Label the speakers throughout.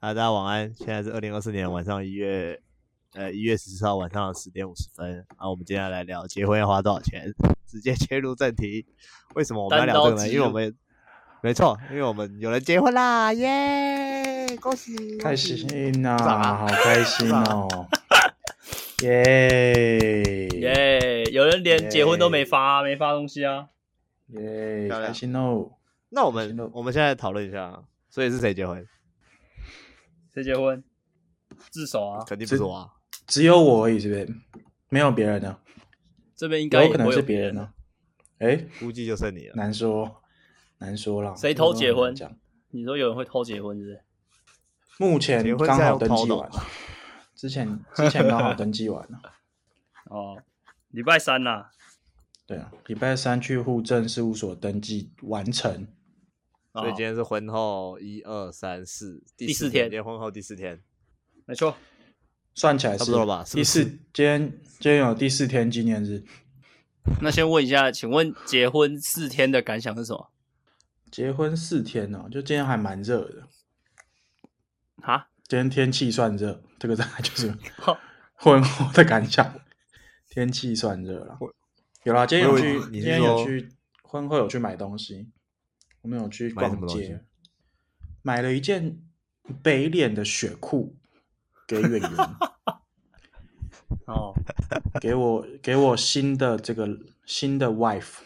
Speaker 1: 啊，大家晚安！现在是二零二四年晚上一月，呃，一月十四号晚上十点五十分。啊，我们接下来聊结婚要花多少钱， 直接切入正题。为什么我们要聊这个
Speaker 2: 单刀
Speaker 1: 呢？
Speaker 2: 直
Speaker 1: 因为我
Speaker 2: 入
Speaker 1: 们没错，因为我们有人结婚啦，耶！恭喜！
Speaker 3: 开
Speaker 1: 恭喜！
Speaker 3: 心呐、
Speaker 1: 上啊
Speaker 3: 好开心 哦！耶耶
Speaker 2: 耶、有人连结婚都没发、没发东西啊。
Speaker 3: 耶，
Speaker 1: 漂亮
Speaker 3: 开心哦！
Speaker 1: 那我
Speaker 3: 开心
Speaker 1: 们
Speaker 3: 了
Speaker 1: 我们现在讨论一下，所以是谁结婚？
Speaker 2: 谁结婚？自首啊！
Speaker 1: 肯定不是我啊！
Speaker 3: 只有我而已，是不是？没有别人呢、
Speaker 2: 这边应该
Speaker 3: 有
Speaker 2: 也
Speaker 3: 可
Speaker 2: 不
Speaker 3: 能
Speaker 2: 会
Speaker 3: 是
Speaker 2: 有
Speaker 3: 别人
Speaker 2: 人
Speaker 3: 呢
Speaker 2: 啊。、
Speaker 3: 哎，
Speaker 1: 估计就剩你 了。
Speaker 3: 难说，难说啦。
Speaker 2: 谁偷结婚
Speaker 3: 这个都很难讲
Speaker 2: 你说有人会偷结婚是不是？
Speaker 3: 目
Speaker 1: 结
Speaker 3: 前
Speaker 1: 婚
Speaker 3: 刚
Speaker 1: 是要用
Speaker 3: 好登
Speaker 1: 偷
Speaker 3: 记
Speaker 1: 的
Speaker 3: 完了，之前之前刚好登记完啊了。
Speaker 2: 哦，礼拜三啦、
Speaker 3: 对啊，礼拜三去户政事务所登记完成。
Speaker 2: 哦
Speaker 1: 所以今天是婚后一二三四第
Speaker 2: 第
Speaker 1: 四
Speaker 2: 四
Speaker 1: 天，
Speaker 2: 天
Speaker 1: 今天婚后第四天，
Speaker 2: 没错，
Speaker 3: 算起来
Speaker 1: 差
Speaker 3: 是
Speaker 1: 不多了吧是不
Speaker 3: 第四
Speaker 1: 是，
Speaker 3: 今天今天有第四天纪念日，
Speaker 2: 那先问一下，请问结婚四天的感想是什么？
Speaker 3: 结婚四天哦，就今天还蛮热的。
Speaker 2: 哈？ 哦
Speaker 3: 今天天气算热，这个大概就是
Speaker 2: 好
Speaker 3: 婚后的感想。天气算热了，有啦，今天有
Speaker 1: 我以
Speaker 3: 去
Speaker 1: 为，你
Speaker 3: 今
Speaker 1: 是
Speaker 3: 天有
Speaker 1: 说
Speaker 3: 去婚后有去买东西，我们有去
Speaker 1: 买什么
Speaker 3: 逛
Speaker 1: 东西
Speaker 3: 街，买了一件北脸的雪裤给演 员，
Speaker 2: 哦，
Speaker 3: 给我给我新的这个新的 wife，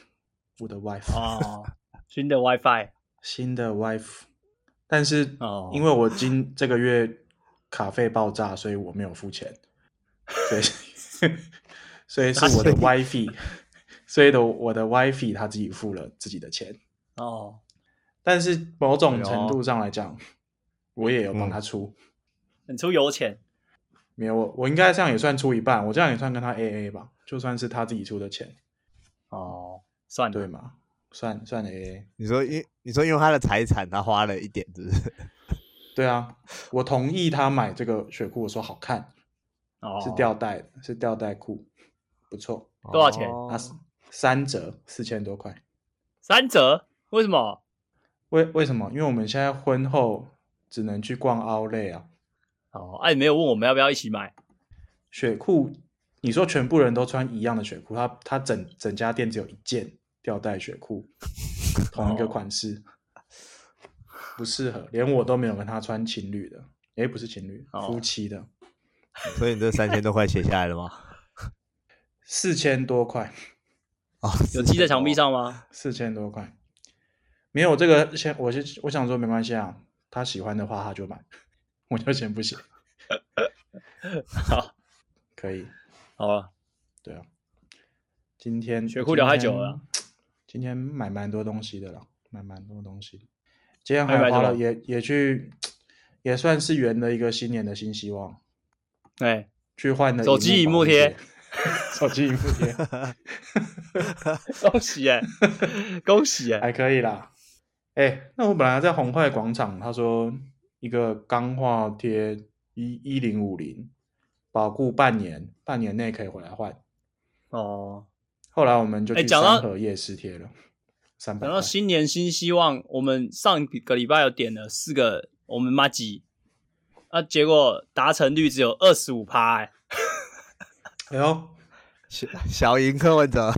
Speaker 3: 我的 wife，、
Speaker 2: 哦，新的 WiFi
Speaker 3: 新的 wife，但是
Speaker 2: 哦
Speaker 3: 因为我今这个月卡费爆炸，所以我没有付钱，所以所以是我的 wifi，所 以的我的 wifi 他自己付了自己的钱，
Speaker 2: 哦，
Speaker 3: 但是某种
Speaker 1: 哎呦
Speaker 3: 程度上来讲，我也有帮
Speaker 1: 嗯
Speaker 3: 他出，
Speaker 2: 你出油钱
Speaker 3: 没有我我应该这样也算出一半，我这样也算跟他 AA 吧，就算是他自己出的钱，
Speaker 2: 哦，算了，
Speaker 3: 对吗？算算 AA，
Speaker 1: 你说因你说因为他的财产，他花了一点，是不是？
Speaker 3: 对啊，我同意他买这个雪裤，我说好看，
Speaker 2: 哦，
Speaker 3: 是吊带的，是吊带裤，不错。
Speaker 2: 多少钱
Speaker 1: 哦
Speaker 3: 啊，三折四千多块。
Speaker 2: 三折？为什么？
Speaker 3: 为为什么？因为我们现在婚后只能去逛 Outlet 啊，
Speaker 2: 哦，哎、你没有问我们要不要一起买？
Speaker 3: 雪裤。你说全部人都穿一样的雪裤，他他整整家店只有一件吊带雪裤，同一
Speaker 2: 哦
Speaker 3: 个款式，不适合。连我都没有跟他穿情侣的，诶，不是情侣，
Speaker 2: 哦
Speaker 3: 夫妻的，
Speaker 1: 所以你这三千多块写下来了 吗？
Speaker 3: 四千多块，
Speaker 1: 哦，
Speaker 2: 有记在墙壁
Speaker 1: 上。
Speaker 2: 上吗？
Speaker 3: 四千多块。没有这个先，我先我想说没关系啊，他喜欢的话他就买， 我就先不写，
Speaker 2: 好，
Speaker 3: 可以。
Speaker 2: 好了，
Speaker 3: 对啊，今天
Speaker 2: 学库聊太久了啊
Speaker 3: 今天，今天买蛮多东西的啦，买蛮多东西。今天
Speaker 2: 还买
Speaker 3: 还
Speaker 2: 什
Speaker 3: 花了
Speaker 2: 么
Speaker 3: 也也去，也算是圆了一个新年的新希望，
Speaker 2: 哎、
Speaker 3: 去换了
Speaker 2: 手机
Speaker 3: 屏保
Speaker 2: 荧幕贴
Speaker 3: 护贴， 手机荧幕贴
Speaker 2: 恭喜哎、恭喜哎、
Speaker 3: 还可以啦。哎、那我本来在红块广场，他说一个钢化贴一一零五零，保固半年，半年内可以回来换。
Speaker 2: 哦，
Speaker 3: 后来我们就
Speaker 2: 哎
Speaker 3: 去
Speaker 2: 讲到
Speaker 3: 三河夜市贴了，三百
Speaker 2: 讲
Speaker 3: 块。
Speaker 2: 到新年新希望，我们上个礼拜有点了四个，我们妈吉，啊，结果达成率只有二十五趴，哎、
Speaker 3: 哎呦，
Speaker 1: 小小赢柯文哲，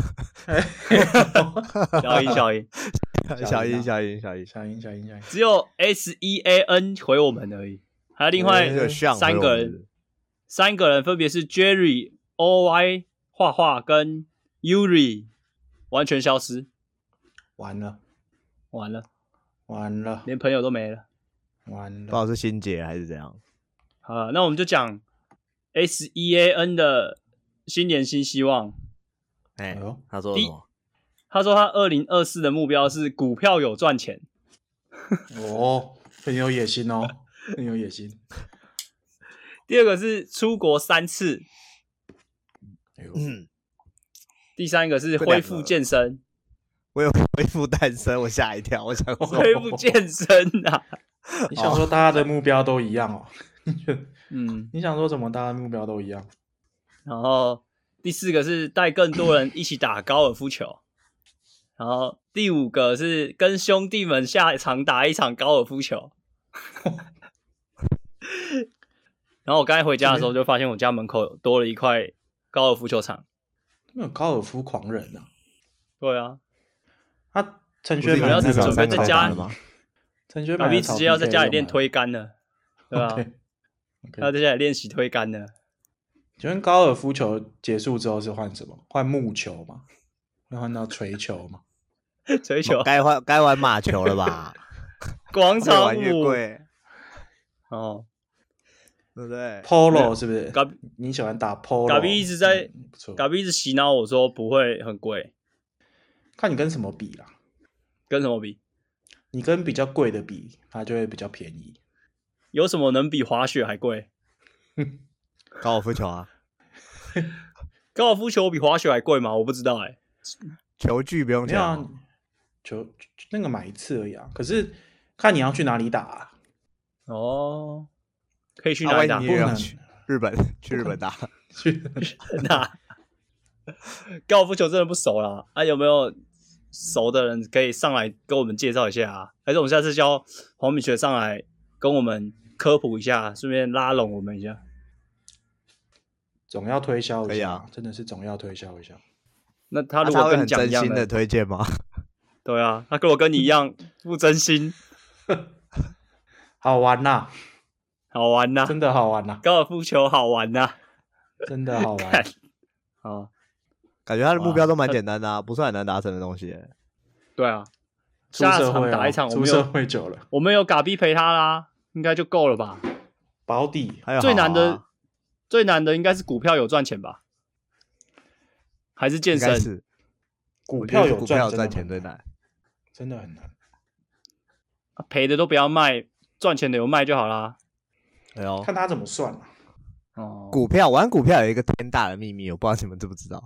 Speaker 2: 小赢小赢，
Speaker 1: 小
Speaker 3: 小赢
Speaker 1: 赢
Speaker 3: 啊
Speaker 1: 小赢
Speaker 2: 嗯
Speaker 1: 小赢，
Speaker 3: 小英，小英，小英，
Speaker 2: 只有 S E A N 回我们而已，还有另外
Speaker 1: 这个像
Speaker 2: 三个人，三个人分别是 Jerry、O Y、画画跟 Yuri，完全消失，
Speaker 3: 完了，
Speaker 2: 完了，
Speaker 3: 完了，
Speaker 2: 连朋友都没了。
Speaker 3: 完
Speaker 1: 不知道
Speaker 3: 了，
Speaker 1: 是心结还是怎样。
Speaker 2: 好了，那我们就讲 S E A N 的新年新希望。
Speaker 1: 哎
Speaker 3: 哎呦，
Speaker 1: 他说什么？
Speaker 2: 他说他二零二四的目标是股票有赚钱，
Speaker 3: 哦，很有野心哦，很有野心。
Speaker 2: 第二个是出国三次，
Speaker 3: 哎呦，
Speaker 1: 嗯，
Speaker 2: 第三个是恢复健身，
Speaker 1: 我有 恢复单身，我吓一跳，我想
Speaker 3: 个
Speaker 1: 说
Speaker 3: 了
Speaker 2: 恢复健身啊，
Speaker 3: 你想哦说大家的目标都一样哦？
Speaker 2: 嗯，
Speaker 3: 你想说怎么大家的目标都一样？
Speaker 2: 然后第四个是带更多人一起打高尔夫球，然后第五个是跟兄弟们下场打一场高尔夫球，然后我刚才回家的时候，就发现我家门口多了一块高尔夫球场。
Speaker 3: 那种高尔夫狂人啊，
Speaker 2: 对啊，
Speaker 3: 他陈
Speaker 1: 不
Speaker 3: 学
Speaker 1: 是
Speaker 3: 买
Speaker 1: 有
Speaker 2: 要
Speaker 3: 那
Speaker 1: 至少
Speaker 3: 个
Speaker 2: 准备
Speaker 1: 三
Speaker 2: 在
Speaker 1: 块
Speaker 2: 家
Speaker 1: 打的吗？
Speaker 3: 陈学
Speaker 2: 老
Speaker 3: 买
Speaker 2: 毕
Speaker 3: 的
Speaker 2: 直
Speaker 3: 草
Speaker 2: 接要在
Speaker 3: PK
Speaker 2: 家里
Speaker 3: 用
Speaker 2: 练
Speaker 3: 来
Speaker 2: 推杆了，对吧、
Speaker 3: OK，OK
Speaker 2: 他要在家里练习推杆 了。
Speaker 3: 请问高尔夫球结束之后是换什么？换木球吗？会换到锤球吗？
Speaker 2: 锤球、
Speaker 1: 该玩该玩马球了 吧？
Speaker 2: 广
Speaker 1: 越
Speaker 2: 场
Speaker 1: 玩越
Speaker 2: 舞
Speaker 1: 贵，
Speaker 2: 哦，
Speaker 1: 对不对？
Speaker 3: Polo 是不是？
Speaker 2: 嘎比
Speaker 3: 你喜欢打 Polo？
Speaker 2: 嘎比一直在
Speaker 3: 嗯不错。
Speaker 2: 嘎比一直洗脑我说不会很贵，
Speaker 3: 看你跟什么比啦？
Speaker 2: 跟什么比？
Speaker 3: 你跟比较贵的比，它就会比较便宜。
Speaker 2: 有什么能比滑雪还贵？
Speaker 1: 高尔夫球啊，
Speaker 2: 高尔夫球比滑雪还贵吗？我不知道哎、
Speaker 1: 球具不用
Speaker 3: 没有啊
Speaker 1: 讲，，
Speaker 3: 球那个买一次而已啊。可是看你要去哪里打、啊，
Speaker 2: 哦，可以去
Speaker 1: 啊
Speaker 2: 哪
Speaker 1: 万
Speaker 2: 里
Speaker 1: 一
Speaker 2: 打
Speaker 1: 你？
Speaker 3: 不
Speaker 1: 也要
Speaker 3: 能
Speaker 1: 去日本， 去日本打。
Speaker 3: 去
Speaker 2: 那高尔夫球真的不熟啦。啊，有没有熟的人可以上来跟我们介绍一下啊？还是我们下次叫黄敏学上来跟我们科普一下，顺便拉拢我们一下？
Speaker 3: 总要推销
Speaker 1: 可
Speaker 3: 一
Speaker 1: 以
Speaker 3: 下，
Speaker 1: 啊
Speaker 3: 真的是总要推销一下。
Speaker 2: 那他
Speaker 1: 那
Speaker 2: 如
Speaker 1: 他
Speaker 2: 果
Speaker 1: 会
Speaker 2: 跟
Speaker 1: 很
Speaker 2: 你讲
Speaker 1: 真
Speaker 2: 一样
Speaker 1: 心的推荐吗？
Speaker 2: 对啊，他如果跟你一样不真心，
Speaker 3: 好玩呐、
Speaker 2: 好玩呐、
Speaker 3: 真的好玩呐、
Speaker 2: 高尔夫球好玩呐、
Speaker 3: 真的好玩
Speaker 2: 看。啊，
Speaker 1: 感觉他的目
Speaker 3: 哇
Speaker 1: 标都蛮简单的、啊，不是很难达成的东西。
Speaker 2: 对啊，
Speaker 3: 出
Speaker 2: 下
Speaker 3: 社
Speaker 2: 场
Speaker 3: 会
Speaker 2: 打
Speaker 3: 了，
Speaker 2: 一场我
Speaker 3: 出
Speaker 2: 们
Speaker 3: 社
Speaker 2: 有
Speaker 3: 会久了，
Speaker 2: 我们有嘎逼陪他啦，应该就够了吧？
Speaker 3: 保底
Speaker 1: 还有
Speaker 2: 最
Speaker 1: 好
Speaker 2: 难的
Speaker 1: 啊、
Speaker 2: 最难的应该是股票有赚钱吧？还是健
Speaker 1: 应该
Speaker 2: 身？
Speaker 1: 是
Speaker 3: 股
Speaker 1: 我觉得
Speaker 3: 票
Speaker 1: 是
Speaker 3: 有
Speaker 1: 股
Speaker 3: 赚
Speaker 1: 票
Speaker 3: 真的
Speaker 1: 赚
Speaker 3: 很
Speaker 1: 钱最
Speaker 3: 难
Speaker 1: 难。
Speaker 3: 真的很难。
Speaker 2: 啊赔的都不要卖，赚钱的有卖就好啦。
Speaker 1: 哎呦，
Speaker 3: 看他怎么算啊。
Speaker 2: 哦，
Speaker 1: 股票玩股票有一个天大的秘密，我不知道你们知不知道，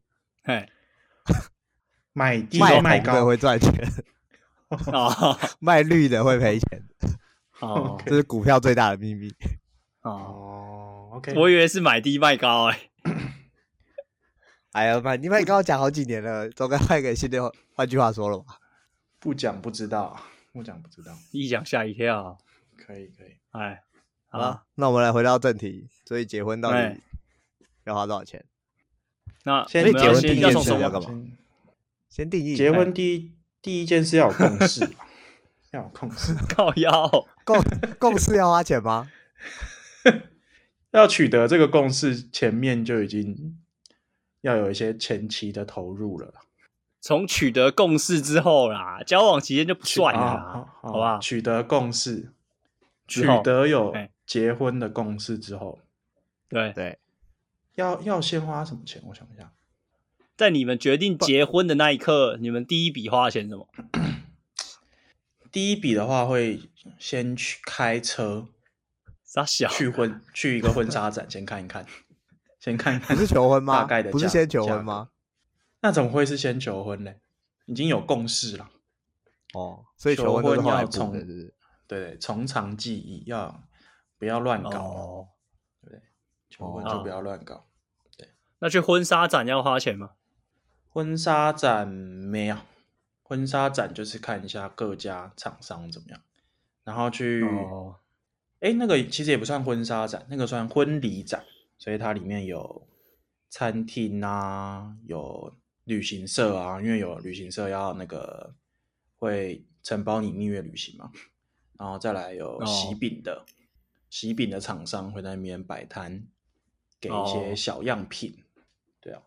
Speaker 2: 嘿，
Speaker 3: 买低
Speaker 1: 卖
Speaker 3: 卖
Speaker 1: 红的
Speaker 3: 高，
Speaker 1: 会赚钱，
Speaker 2: 哦
Speaker 1: 卖绿的会赔钱，
Speaker 2: 哦
Speaker 3: OK
Speaker 1: 这是股票最大的秘密。
Speaker 2: 哦，
Speaker 3: 哦，OK，
Speaker 2: 我以为是买低卖高哎、
Speaker 1: 哎呀妈，你们也跟我讲好几年了，总该换个新的，换句话说了吧？
Speaker 3: 不讲不知道，不讲不知道，
Speaker 2: 一讲吓一跳，
Speaker 3: 可以可以。
Speaker 2: 哎，好
Speaker 1: 好
Speaker 2: 了，
Speaker 1: 了，那我们来回到正题，所以结婚到
Speaker 2: 哎
Speaker 1: 底要花多少钱？
Speaker 2: 那我
Speaker 3: 先
Speaker 2: 们
Speaker 1: 所以结
Speaker 2: 要
Speaker 1: 婚第
Speaker 2: 啊先
Speaker 1: 一
Speaker 2: 要
Speaker 1: 件
Speaker 2: 送
Speaker 1: 事
Speaker 2: 什
Speaker 1: 要
Speaker 2: 么？
Speaker 1: 干嘛？
Speaker 3: 先
Speaker 1: 先定义
Speaker 3: 结婚第一
Speaker 1: 哎
Speaker 3: 第一件事要有共识吧，要有共识，
Speaker 2: 靠腰，
Speaker 1: 共共事要花钱吗？
Speaker 3: 要取得这个共识，前面就已经要有一些前期的投入了啦，
Speaker 2: 从取得共识之后啦，交往期间就不算了
Speaker 3: 啊
Speaker 2: 啦，
Speaker 3: 好
Speaker 2: 好不好？
Speaker 3: 取得共识，取
Speaker 2: 之后
Speaker 3: 得有
Speaker 2: 哎
Speaker 3: 结婚的共识之后，
Speaker 2: 对，
Speaker 1: 对，
Speaker 3: 要要先花什么钱？我想一下，
Speaker 2: 在你们决定结婚的那一刻，你们第一笔花钱什么？
Speaker 3: 第一笔的话会先去开车
Speaker 2: 傻小，
Speaker 3: 去婚去一个婚 纱展，先看一看，先看一
Speaker 1: 不
Speaker 3: 看
Speaker 1: 是求婚吗？
Speaker 3: 大概的价，
Speaker 1: 不是先求
Speaker 3: 价
Speaker 1: 婚
Speaker 3: 格
Speaker 1: 吗？？
Speaker 3: 那怎么会是先求婚呢？已经有共识了，
Speaker 1: 哦，所以
Speaker 3: 求
Speaker 1: 求婚都是
Speaker 3: 婚
Speaker 1: 后来
Speaker 3: 要
Speaker 1: 补的，
Speaker 3: 从
Speaker 1: 是不是？
Speaker 3: 对对，从长计议，要不要乱搞了，
Speaker 2: 哦，
Speaker 3: 对不对？求婚就不要乱搞。
Speaker 2: 那去婚纱展要花钱吗？
Speaker 3: 婚纱展没有，婚纱展就是看一下各家厂商怎么样，然后去，哎、
Speaker 2: 哦
Speaker 3: 那个其实也不算婚纱展，那个算婚礼展，所以它里面有餐厅啊，有旅行社啊，因为有旅行社要那个会承包你蜜月旅行嘛，然后再来有喜
Speaker 2: 哦
Speaker 3: 饼的，喜饼的厂商会在那边摆摊，给一
Speaker 2: 哦
Speaker 3: 些小样品，对啊。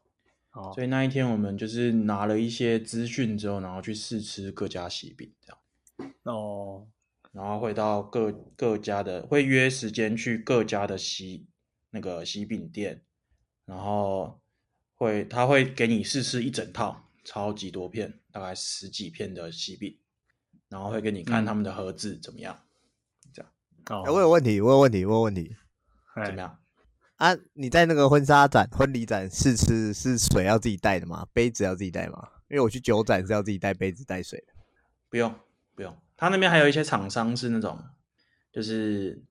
Speaker 2: 哦
Speaker 3: 所以那一天我们就是拿了一些资讯之后，然后去试吃各家喜饼，这样，
Speaker 2: 哦，
Speaker 3: 然后会到各各家的，会约时间去各家的喜那个喜饼店，然后会他会给你试吃一整套，超级多片，大概十几片的喜饼，然后会给你看
Speaker 2: 嗯
Speaker 3: 他们的盒子怎么样，
Speaker 2: 哦
Speaker 1: 哎，我有问题，我有问题，我有问题
Speaker 3: 怎么
Speaker 2: 哎
Speaker 3: 样？
Speaker 1: 啊！你在那个婚纱展、婚礼展试吃是水要自己带的吗？杯子要自己带吗？因为我去酒展是要自己带杯子带水的。
Speaker 3: 不用不用，他那边还有一些厂商是那种，就是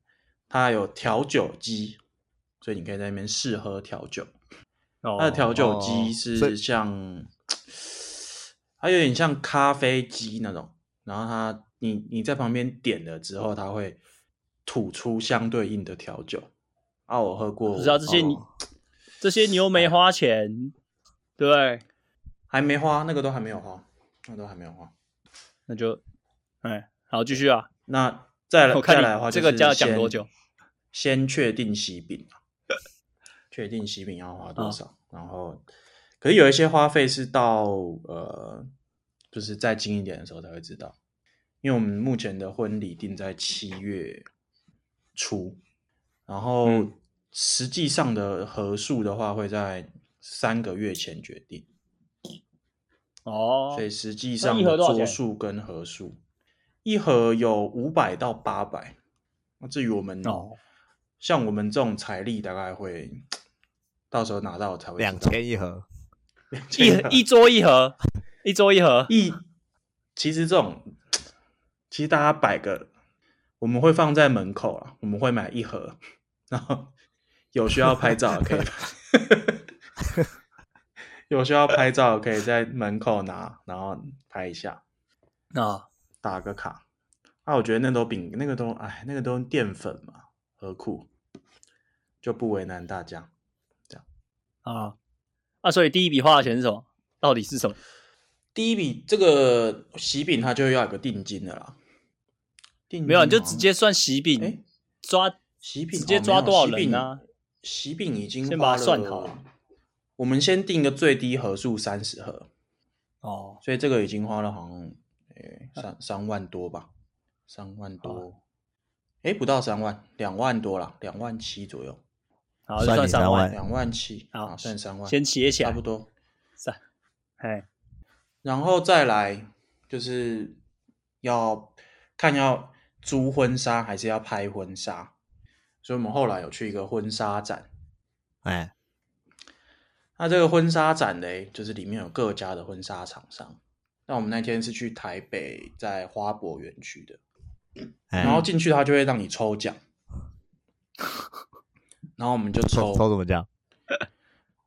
Speaker 3: 他有调酒机，所以你可以在那边试喝调酒。它的调酒机
Speaker 1: 哦所以
Speaker 3: 是像，它有点像咖啡机那种，然后它你你在旁边点了之后，它会吐出相对应的调酒，啊，我哎喝过，
Speaker 2: 不知道这些你、这些你又没花钱，对不对？
Speaker 3: 还没花，那个都还没有花，那个都还没有花。
Speaker 2: 那就，哎，好，继续啊。
Speaker 3: 那再来
Speaker 2: 我看
Speaker 3: 再
Speaker 2: 你
Speaker 3: 来的话，
Speaker 2: 这个要讲多久？
Speaker 3: 先确定喜饼啊，确定喜饼要花
Speaker 2: 啊
Speaker 3: 多少，然后可是有一些花费是到呃，就是再近一点的时候才会知道，因为我们目前的婚礼定在七月初，然后
Speaker 2: 嗯
Speaker 3: 实际上的合数的话会在三个月前决定。
Speaker 2: 哦
Speaker 3: 哦所，以实际
Speaker 2: 那
Speaker 3: 上
Speaker 2: 一盒
Speaker 3: 的
Speaker 2: 多少钱
Speaker 3: 桌数跟盒数，一盒有五百到八百。那至于我们
Speaker 2: 哦
Speaker 3: 像我们这种财力，大概会到时候拿到才会
Speaker 1: 两
Speaker 3: 知道
Speaker 1: 千一盒，
Speaker 2: 一盒一桌一盒，一桌一盒，
Speaker 3: 一。其实这种，其实大家摆个，我们会放在门口啊，我们会买一盒，然 后有需要拍照的可以， 有需要拍照的可以在门口拿，然后拍一下。
Speaker 2: 啊，
Speaker 3: 打个卡。啊，我觉得那都饼，那个都哎，那个都淀粉嘛，何苦？就不为难大家。
Speaker 2: 啊啊！所以第一笔花的钱是什么？到底是什么？
Speaker 3: 第一笔这个喜饼，它就要有个定金的啦。定金
Speaker 2: 没有，啊你就
Speaker 3: 好像
Speaker 2: 直接算喜饼，
Speaker 3: 哎
Speaker 2: 抓
Speaker 3: 喜饼
Speaker 2: 直接
Speaker 3: 哦没
Speaker 2: 抓
Speaker 3: 有
Speaker 2: 多少
Speaker 3: 喜
Speaker 2: 人
Speaker 3: 饼
Speaker 2: 啊
Speaker 3: 喜饼已经
Speaker 2: 先
Speaker 3: 花
Speaker 2: 把它算
Speaker 3: 了
Speaker 2: 好啊。
Speaker 3: 我们先定个最低盒数三十盒，
Speaker 2: 哦，
Speaker 3: 所以这个已经花了好像诶三三万多吧，三万多，诶不到三万，两万多啦，两万七左右。
Speaker 2: 好，就
Speaker 1: 算
Speaker 2: 算
Speaker 1: 你
Speaker 2: 三
Speaker 1: 三
Speaker 2: 万
Speaker 1: 万，
Speaker 3: 两万七，
Speaker 2: 哎好
Speaker 3: 啊，算三万，
Speaker 2: 先写起
Speaker 3: 差
Speaker 2: 来
Speaker 3: 不，多，
Speaker 2: 三，哎，
Speaker 3: 然后再来就是要看要租婚纱还是要拍婚纱，所以我们后来有去一个婚纱展。
Speaker 1: 哎，
Speaker 3: 那这个婚纱展嘞，就是里面有各家的婚纱厂商。那我们那天是去台北，在花博园区的，
Speaker 1: 哎
Speaker 3: 然后进去他就会让你抽奖，然后我们就
Speaker 1: 抽
Speaker 3: 抽
Speaker 1: 抽什么奖？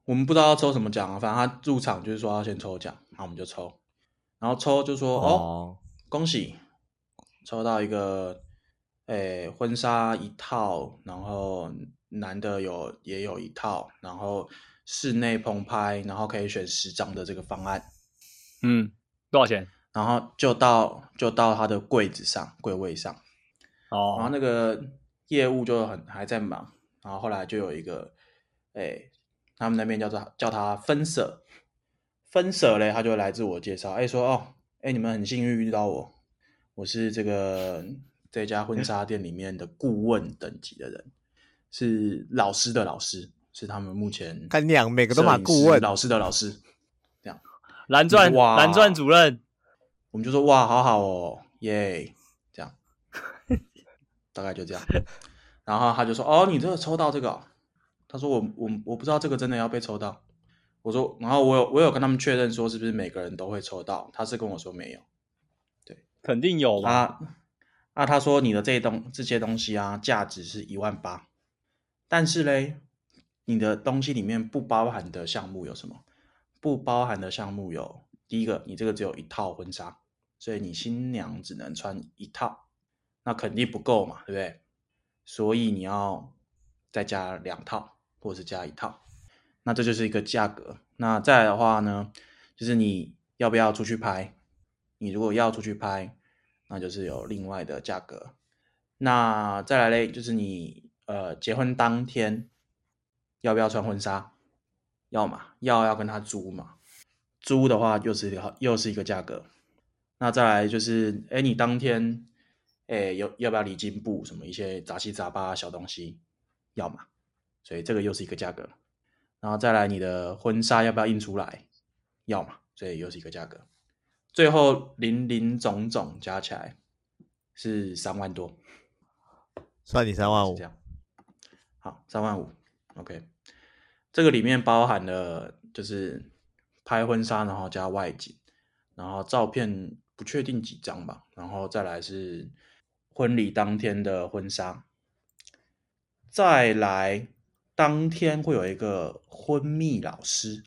Speaker 3: 我们不知道要抽什么奖啊，反正他入场就是说要先抽奖，然后我们就抽，然后抽就说哦，
Speaker 1: 哦，
Speaker 3: 恭喜抽到一个，诶、婚纱一套，然后男的有也有一套，然后室内棚拍，然后可以选十张的这个方案，
Speaker 2: 嗯，多少钱？
Speaker 3: 然后就到就到他的柜子上柜位上，然后
Speaker 2: 哦，
Speaker 3: 那个业务就很还在忙，然后后来就有一个，哎、他们那边叫做叫他分舍，分舍嘞，他就来自我介绍，哎、说哦，哎、你们很幸运遇到我，我是这个这家婚纱店里面的顾问等级的人，是老师的老师，是他们目前
Speaker 1: 干娘每个都
Speaker 3: 摄
Speaker 1: 把
Speaker 3: 影
Speaker 1: 顾
Speaker 3: 师
Speaker 1: 问
Speaker 3: 老师的老师，
Speaker 2: 蓝钻，
Speaker 3: 哇
Speaker 2: 蓝钻主任，
Speaker 3: 我们就说哇，好好哦，耶，这样，大概就这样。然后他就说哦，你这个抽到这个哦、他说我我我不知道这个真的要被抽到。我说，然后我有我有跟他们确认说是不是每个人都会抽到，他是跟我说没有。
Speaker 2: 肯定有吧？
Speaker 3: 啊啊，他说你的这东这些东西啊，价值是一万八，但是嘞，你的东西里面不包含的项目有什么？不包含的项目有第一个，你这个只有一套婚纱，所以你新娘只能穿一套，那肯定不够嘛，对不对？所以你要再加两套，或者是加一套，那这就是一个价格。那再来的话呢，就是你要不要出去拍？你如果要出去拍，那就是有另外的价格。那再来嘞，就是你呃结婚当天要不要穿婚纱？要嘛，要要跟他租嘛。租的话又是一个又是一个价格。那再来就是，哎，你当天哎要要不要礼金布什么一些杂七杂八的小东西？要嘛，所以这个又是一个价格。然后再来你的婚纱要不要印出来？要嘛，所以又是一个价格。最后零零总总加起来是三万多，
Speaker 1: 算你三万
Speaker 3: 是
Speaker 1: 五
Speaker 3: 这，样。好，三万五，OK。这个里面包含了就是拍婚纱，然后加外景，然后照片不确定几张吧，然后再来是婚礼当天的婚纱，再来当天会有一个婚蜜老师，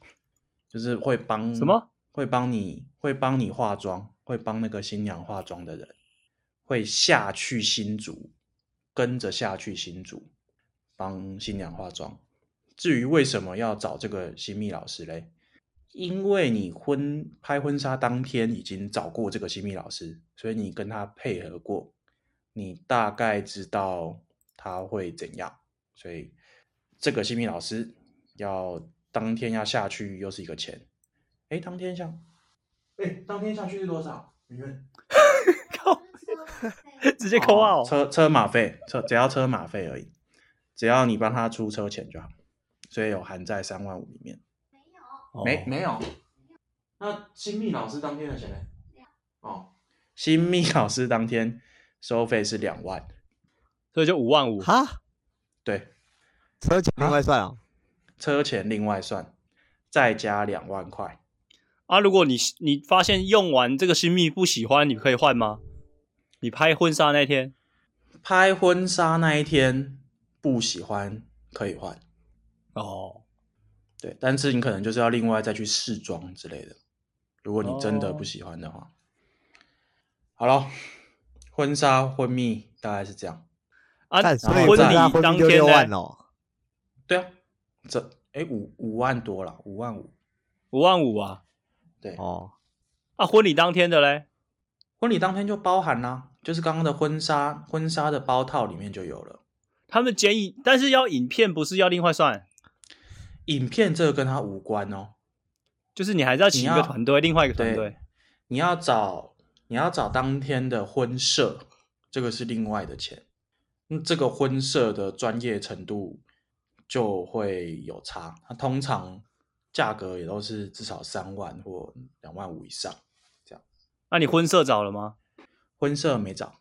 Speaker 3: 就是会帮
Speaker 2: 什么？
Speaker 3: 会帮你会帮你化妆，会帮那个新娘化妆的人，会下去新竹，跟着下去新竹，帮新娘化妆。至于为什么要找这个新密老师嘞？因为你婚拍婚纱当天已经找过这个新密老师，所以你跟他配合过，你大概知道他会怎样。所以这个新密老师要当天要下去，又是一个钱。哎，当天下，哎，当天下去是多少？圆圆，
Speaker 2: 靠，直接扣啊、
Speaker 3: 哦车车马费，车只要车马费而已，只要你帮他出车钱就好，所以有含在三万五里面。
Speaker 2: 哦
Speaker 3: 没没有。那新密老师当天的钱呢？哦，新密老师当天收费是两万，
Speaker 2: 所以就五万五。
Speaker 1: 哈，
Speaker 3: 对，
Speaker 1: 车钱另外算啊，
Speaker 3: 车钱另外算，再加两万块。
Speaker 2: 啊，如果你你发现用完这个新密不喜欢，你可以换吗？你拍婚纱那天，
Speaker 3: 拍婚纱那一天不喜欢可以换，
Speaker 2: 哦，
Speaker 3: 对，但是你可能就是要另外再去试妆之类的。如果你真的不喜欢的话，好了，婚纱婚蜜大概是这样。
Speaker 2: 啊，
Speaker 1: 干所以
Speaker 2: 婚
Speaker 1: 这样
Speaker 2: 礼
Speaker 1: 婚
Speaker 2: 当
Speaker 1: 礼就
Speaker 2: 天
Speaker 1: 六万
Speaker 2: 呢？
Speaker 1: 哦，
Speaker 3: 对啊，这哎五五万多了，五万五。
Speaker 2: 五万五啊！
Speaker 3: 对，
Speaker 1: 哦，
Speaker 2: 啊，婚礼当天的嘞？
Speaker 3: 婚礼当天就包含啦，就是刚刚的婚纱婚纱的包套里面就有了。
Speaker 2: 他们剪影，但是要影片不是要另外算，
Speaker 3: 影片这个跟它无关哦，
Speaker 2: 就是你还是要请一
Speaker 3: 你
Speaker 2: 个
Speaker 3: 要
Speaker 2: 团队，另外一个团
Speaker 3: 对
Speaker 2: 队。
Speaker 3: 你要找你要找当天的婚摄，这个是另外的钱。那这个婚摄的专业程度就会有差，它通常价格也都是至少三万或两万五以上。
Speaker 2: 那、你婚摄找了吗？
Speaker 3: 婚摄没找，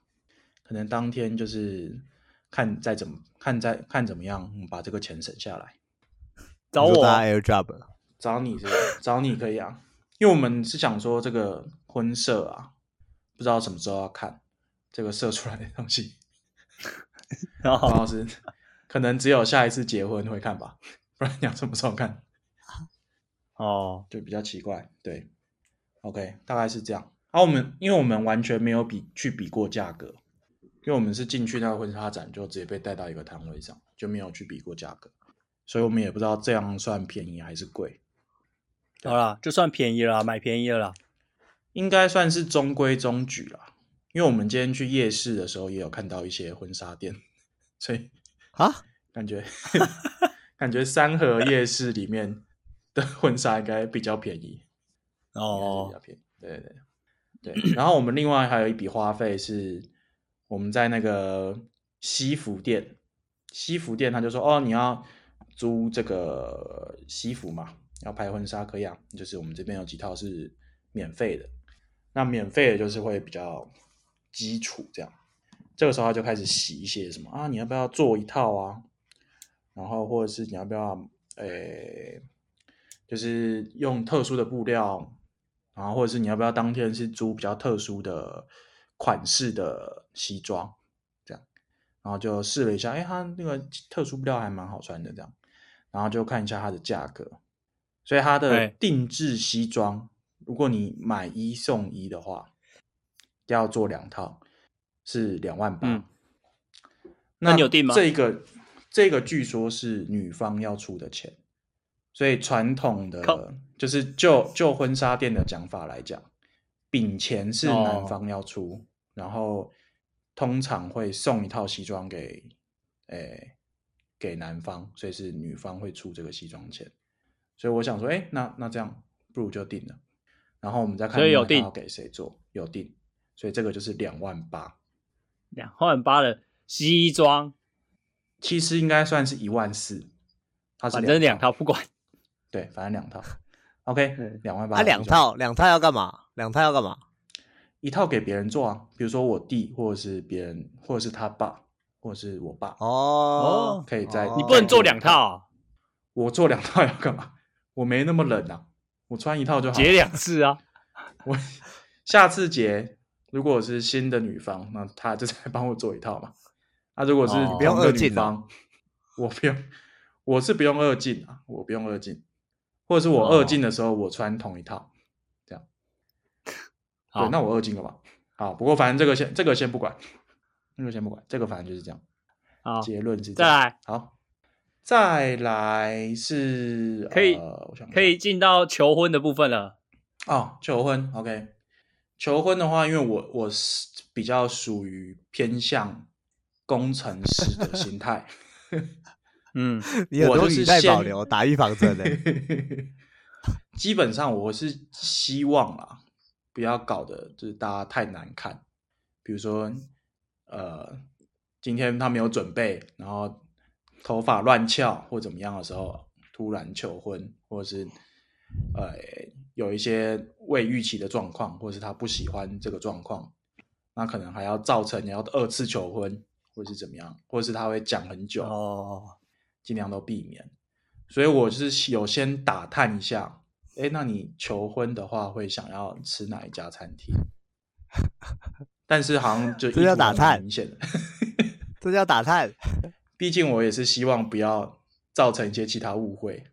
Speaker 3: 可能当天就是看再怎么看再看怎么样、嗯把这个钱省下来。
Speaker 2: 找
Speaker 1: 你说
Speaker 2: 我
Speaker 1: 大
Speaker 2: 啊
Speaker 1: 家 AirDrop 了
Speaker 3: 找你是吧 找你可以啊，因为我们是想说这个婚摄啊，不知道什么时候要看这个摄出来的东西。
Speaker 2: 然
Speaker 3: 黄
Speaker 2: 后
Speaker 3: 老师可能只有下一次结婚会看吧， 不然你要什么时候看
Speaker 2: 哦，
Speaker 3: 就比较奇怪。对，OK，大概是这样。啊，我们因为我们完全没有比去比过价格，因为我们是进去那个婚纱展就直接被带到一个摊位上，就没有去比过价格，所以我们也不知道这样算便宜还是贵，
Speaker 2: 好啦，就算便宜了啦，买便宜了啦。
Speaker 3: 应该算是中规中矩啦。因为我们今天去夜市的时候也有看到一些婚纱店，所以
Speaker 1: 啊？
Speaker 3: 感觉感觉三河夜市里面的婚纱应该比较便宜。
Speaker 2: 哦
Speaker 3: 哦，比较便宜。对对对对。然后我们另外还有一笔花费是我们在那个西服店，西服店他就说哦，你要租这个西服嘛，要拍婚纱可以啊，就是我们这边有几套是免费的，那免费的就是会比较基础这样。这个时候他就开始洗一些什么啊，你要不要做一套啊？然后或者是你要不要，诶、就是用特殊的布料，然后或者是你要不要当天是租比较特殊的款式的西装，这样，然后就试了一下，哎，它那个特殊布料还蛮好穿的，这样，然后就看一下它的价格，所以它的
Speaker 2: 哎
Speaker 3: 定制西装，如果你买一送一的话，要做两套是两万八、
Speaker 2: 嗯那你有订吗
Speaker 3: 这个这个据说是女方要出的钱，所以传统
Speaker 2: 靠
Speaker 3: 的就是就就婚纱店的讲法来讲，饼钱是男
Speaker 2: 哦
Speaker 3: 方要出，然后通常会送一套西装给诶、给男方，所以是女方会出这个西装钱。所以我想说，哎、那那这样不如就定了，然后我们再看
Speaker 2: 所以有定
Speaker 3: 另外他要给谁做，有定，所以这个就是两万八，
Speaker 2: 两万八的西装，
Speaker 3: 其实应该算是一万四，它是
Speaker 2: 反正两套不管。
Speaker 3: 对，反正两套。OK，
Speaker 2: 对
Speaker 3: 两万八。
Speaker 1: 啊，两，套，两套要干嘛？两套要干嘛？
Speaker 3: 一套给别人做啊，比如说我弟，或者是别人，或者是他爸，或者是我
Speaker 2: 哦
Speaker 3: 爸，
Speaker 1: 哦，
Speaker 3: 可以再
Speaker 1: 哦
Speaker 2: 你不能做两套啊，
Speaker 3: 我做两套要干嘛？我没那么冷啊，我穿一套就好。
Speaker 2: 结两次啊。
Speaker 3: 我下次结，如果是新的女方，那她就再帮我做一套嘛。那、如果是
Speaker 2: 哦
Speaker 3: 同
Speaker 2: 不用
Speaker 3: 个
Speaker 1: 二
Speaker 3: 女
Speaker 1: 进啊
Speaker 3: 方，我不用，我是不用二进啊，我不用二进，或者是我
Speaker 2: 哦
Speaker 3: 二进的时候我穿同一套。
Speaker 2: 好
Speaker 3: 对，，那我二进了吧？好，不过反正这个先这个先不管，那个先不管，这个反正就是这样。
Speaker 2: 好，
Speaker 3: 结论是这
Speaker 2: 再
Speaker 3: 样。
Speaker 2: 来
Speaker 3: 好，再来是
Speaker 2: 可以
Speaker 3: 呃、我想
Speaker 2: 可以进到求婚的部分了。
Speaker 3: 哦，求婚，OK。求婚的话，因为我我是比较属于偏向工程师的心态，
Speaker 2: 嗯，
Speaker 1: 你有
Speaker 3: 我
Speaker 1: 多
Speaker 3: 就是
Speaker 1: 语带保
Speaker 3: 先
Speaker 1: 留，打预防针 的。
Speaker 3: 基本上我是希望啦，不要搞得就是大家太难看。比如说，呃，今天他没有准备，然后头发乱翘或怎么样的时候，突然求婚，或者是呃有一些未预期的状况，或者是他不喜欢这个状况，那可能还要造成你要二次求婚，或者是怎么样，或者是他会讲很久。
Speaker 2: 哦，
Speaker 3: 尽量都避免。所以我是有先打探一下，哎，那你求婚的话会想要吃哪一家餐厅？ 但是好像就
Speaker 1: 这叫
Speaker 3: 意图
Speaker 1: 打探
Speaker 3: 蛮明显的。
Speaker 1: 这叫打探。
Speaker 3: 毕竟我也是希望不要造成一些其他误会，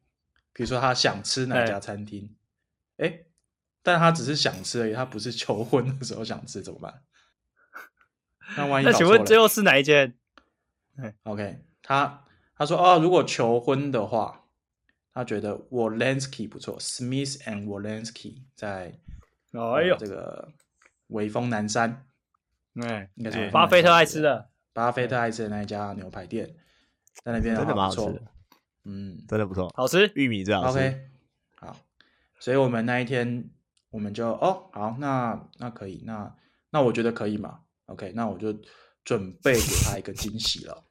Speaker 3: 比如说他想吃哪一家餐厅，哎，但他只是想吃而已，他不是求婚的时候想吃怎么办？那万一
Speaker 2: 那
Speaker 3: 搞
Speaker 2: 请
Speaker 3: 错
Speaker 2: 问
Speaker 3: 了
Speaker 2: 最后是哪一间？
Speaker 3: OK，他他说哦，如果求婚的话，他觉得 Walensky 不错，Smith and Walensky 在、呃
Speaker 2: 哎呦，
Speaker 3: 这个微风南山，
Speaker 2: 哎，
Speaker 3: 应该是
Speaker 2: 巴菲特爱吃的，
Speaker 3: 巴菲特爱吃的那一家牛排店，在那边
Speaker 1: 真的蛮
Speaker 3: 话
Speaker 1: 好
Speaker 3: 不
Speaker 1: 吃
Speaker 3: 错
Speaker 1: 的，
Speaker 3: 嗯
Speaker 1: 真的不错，
Speaker 2: 好吃。
Speaker 1: 玉米最好吃。
Speaker 3: ，OK，好，所以我们那一天我们就哦好，那那可以，那那我觉得可以嘛，OK，那我就准备给他一个惊喜了。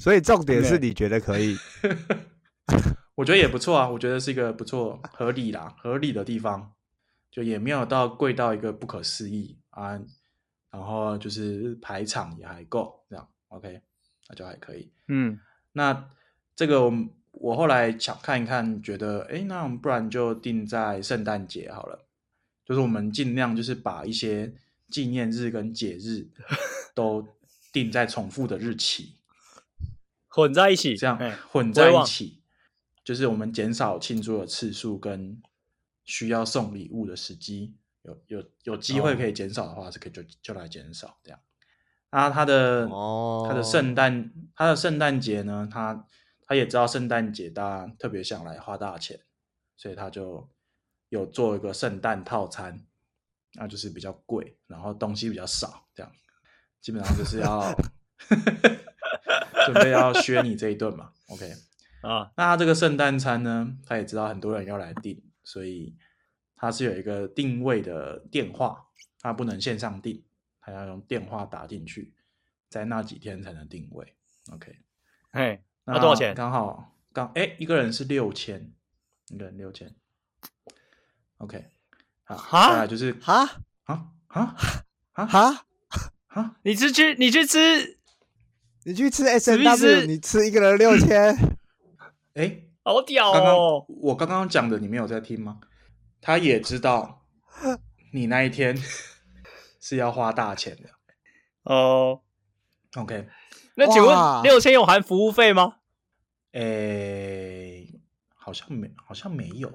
Speaker 1: 所以重点是
Speaker 3: OK
Speaker 1: 你觉得可以，
Speaker 3: 我觉得也不错啊，我觉得是一个不错、合理啦、合理的地方，就也没有到贵到一个不可思议啊。然后就是排场也还够，这样 OK，那就还可以。
Speaker 2: 嗯，
Speaker 3: 那这个我们我后来想看一看，觉得诶，那我们不然就定在圣诞节好了，就是我们尽量就是把一些纪念日跟节日都定在重复的日期。
Speaker 2: 混在一起，
Speaker 3: 这样
Speaker 2: 哎
Speaker 3: 混
Speaker 2: 我
Speaker 3: 在
Speaker 2: 也
Speaker 3: 一
Speaker 2: 忘
Speaker 3: 起，就是我们减少庆祝的次数跟需要送礼物的时机，有有有机会
Speaker 2: 哦
Speaker 3: 可以减少的话，是可以就就来减少这样。啊，他的
Speaker 1: 哦
Speaker 3: 他的圣诞他的圣诞节呢，他他也知道圣诞节大家特别想来花大钱，所以他就有做一个圣诞套餐，那就是比较贵，然后东西比较少，这样基本上就是要 准备要削你这一顿嘛。OK，
Speaker 2: 啊，
Speaker 3: 那他这个圣诞餐呢，他也知道很多人要来订，所以他是有一个定位的电话，他不能线上订，他要用电话打进去，在那几天才能定位。OK，
Speaker 2: 哎，那多少钱
Speaker 3: 刚好刚哎，一个人是六千，一个人六千。OK，好，
Speaker 2: 哈
Speaker 3: 再来就是
Speaker 1: 哈
Speaker 3: 啊啊啊
Speaker 1: 哈，
Speaker 3: 啊！
Speaker 2: 你是去你去吃，
Speaker 1: 你去吃
Speaker 2: 么意
Speaker 1: S&W，
Speaker 2: 思
Speaker 1: 你吃一个人六千，
Speaker 3: 哎，
Speaker 2: 好屌
Speaker 3: 刚刚
Speaker 2: 哦！
Speaker 3: 我刚刚讲的，你没有在听吗？他也知道你那一天是要花大钱的。
Speaker 2: 哦，
Speaker 3: OK，
Speaker 2: 那请问
Speaker 1: 哇
Speaker 2: 六千有含服务费吗？
Speaker 3: 诶、好像没，好像没有，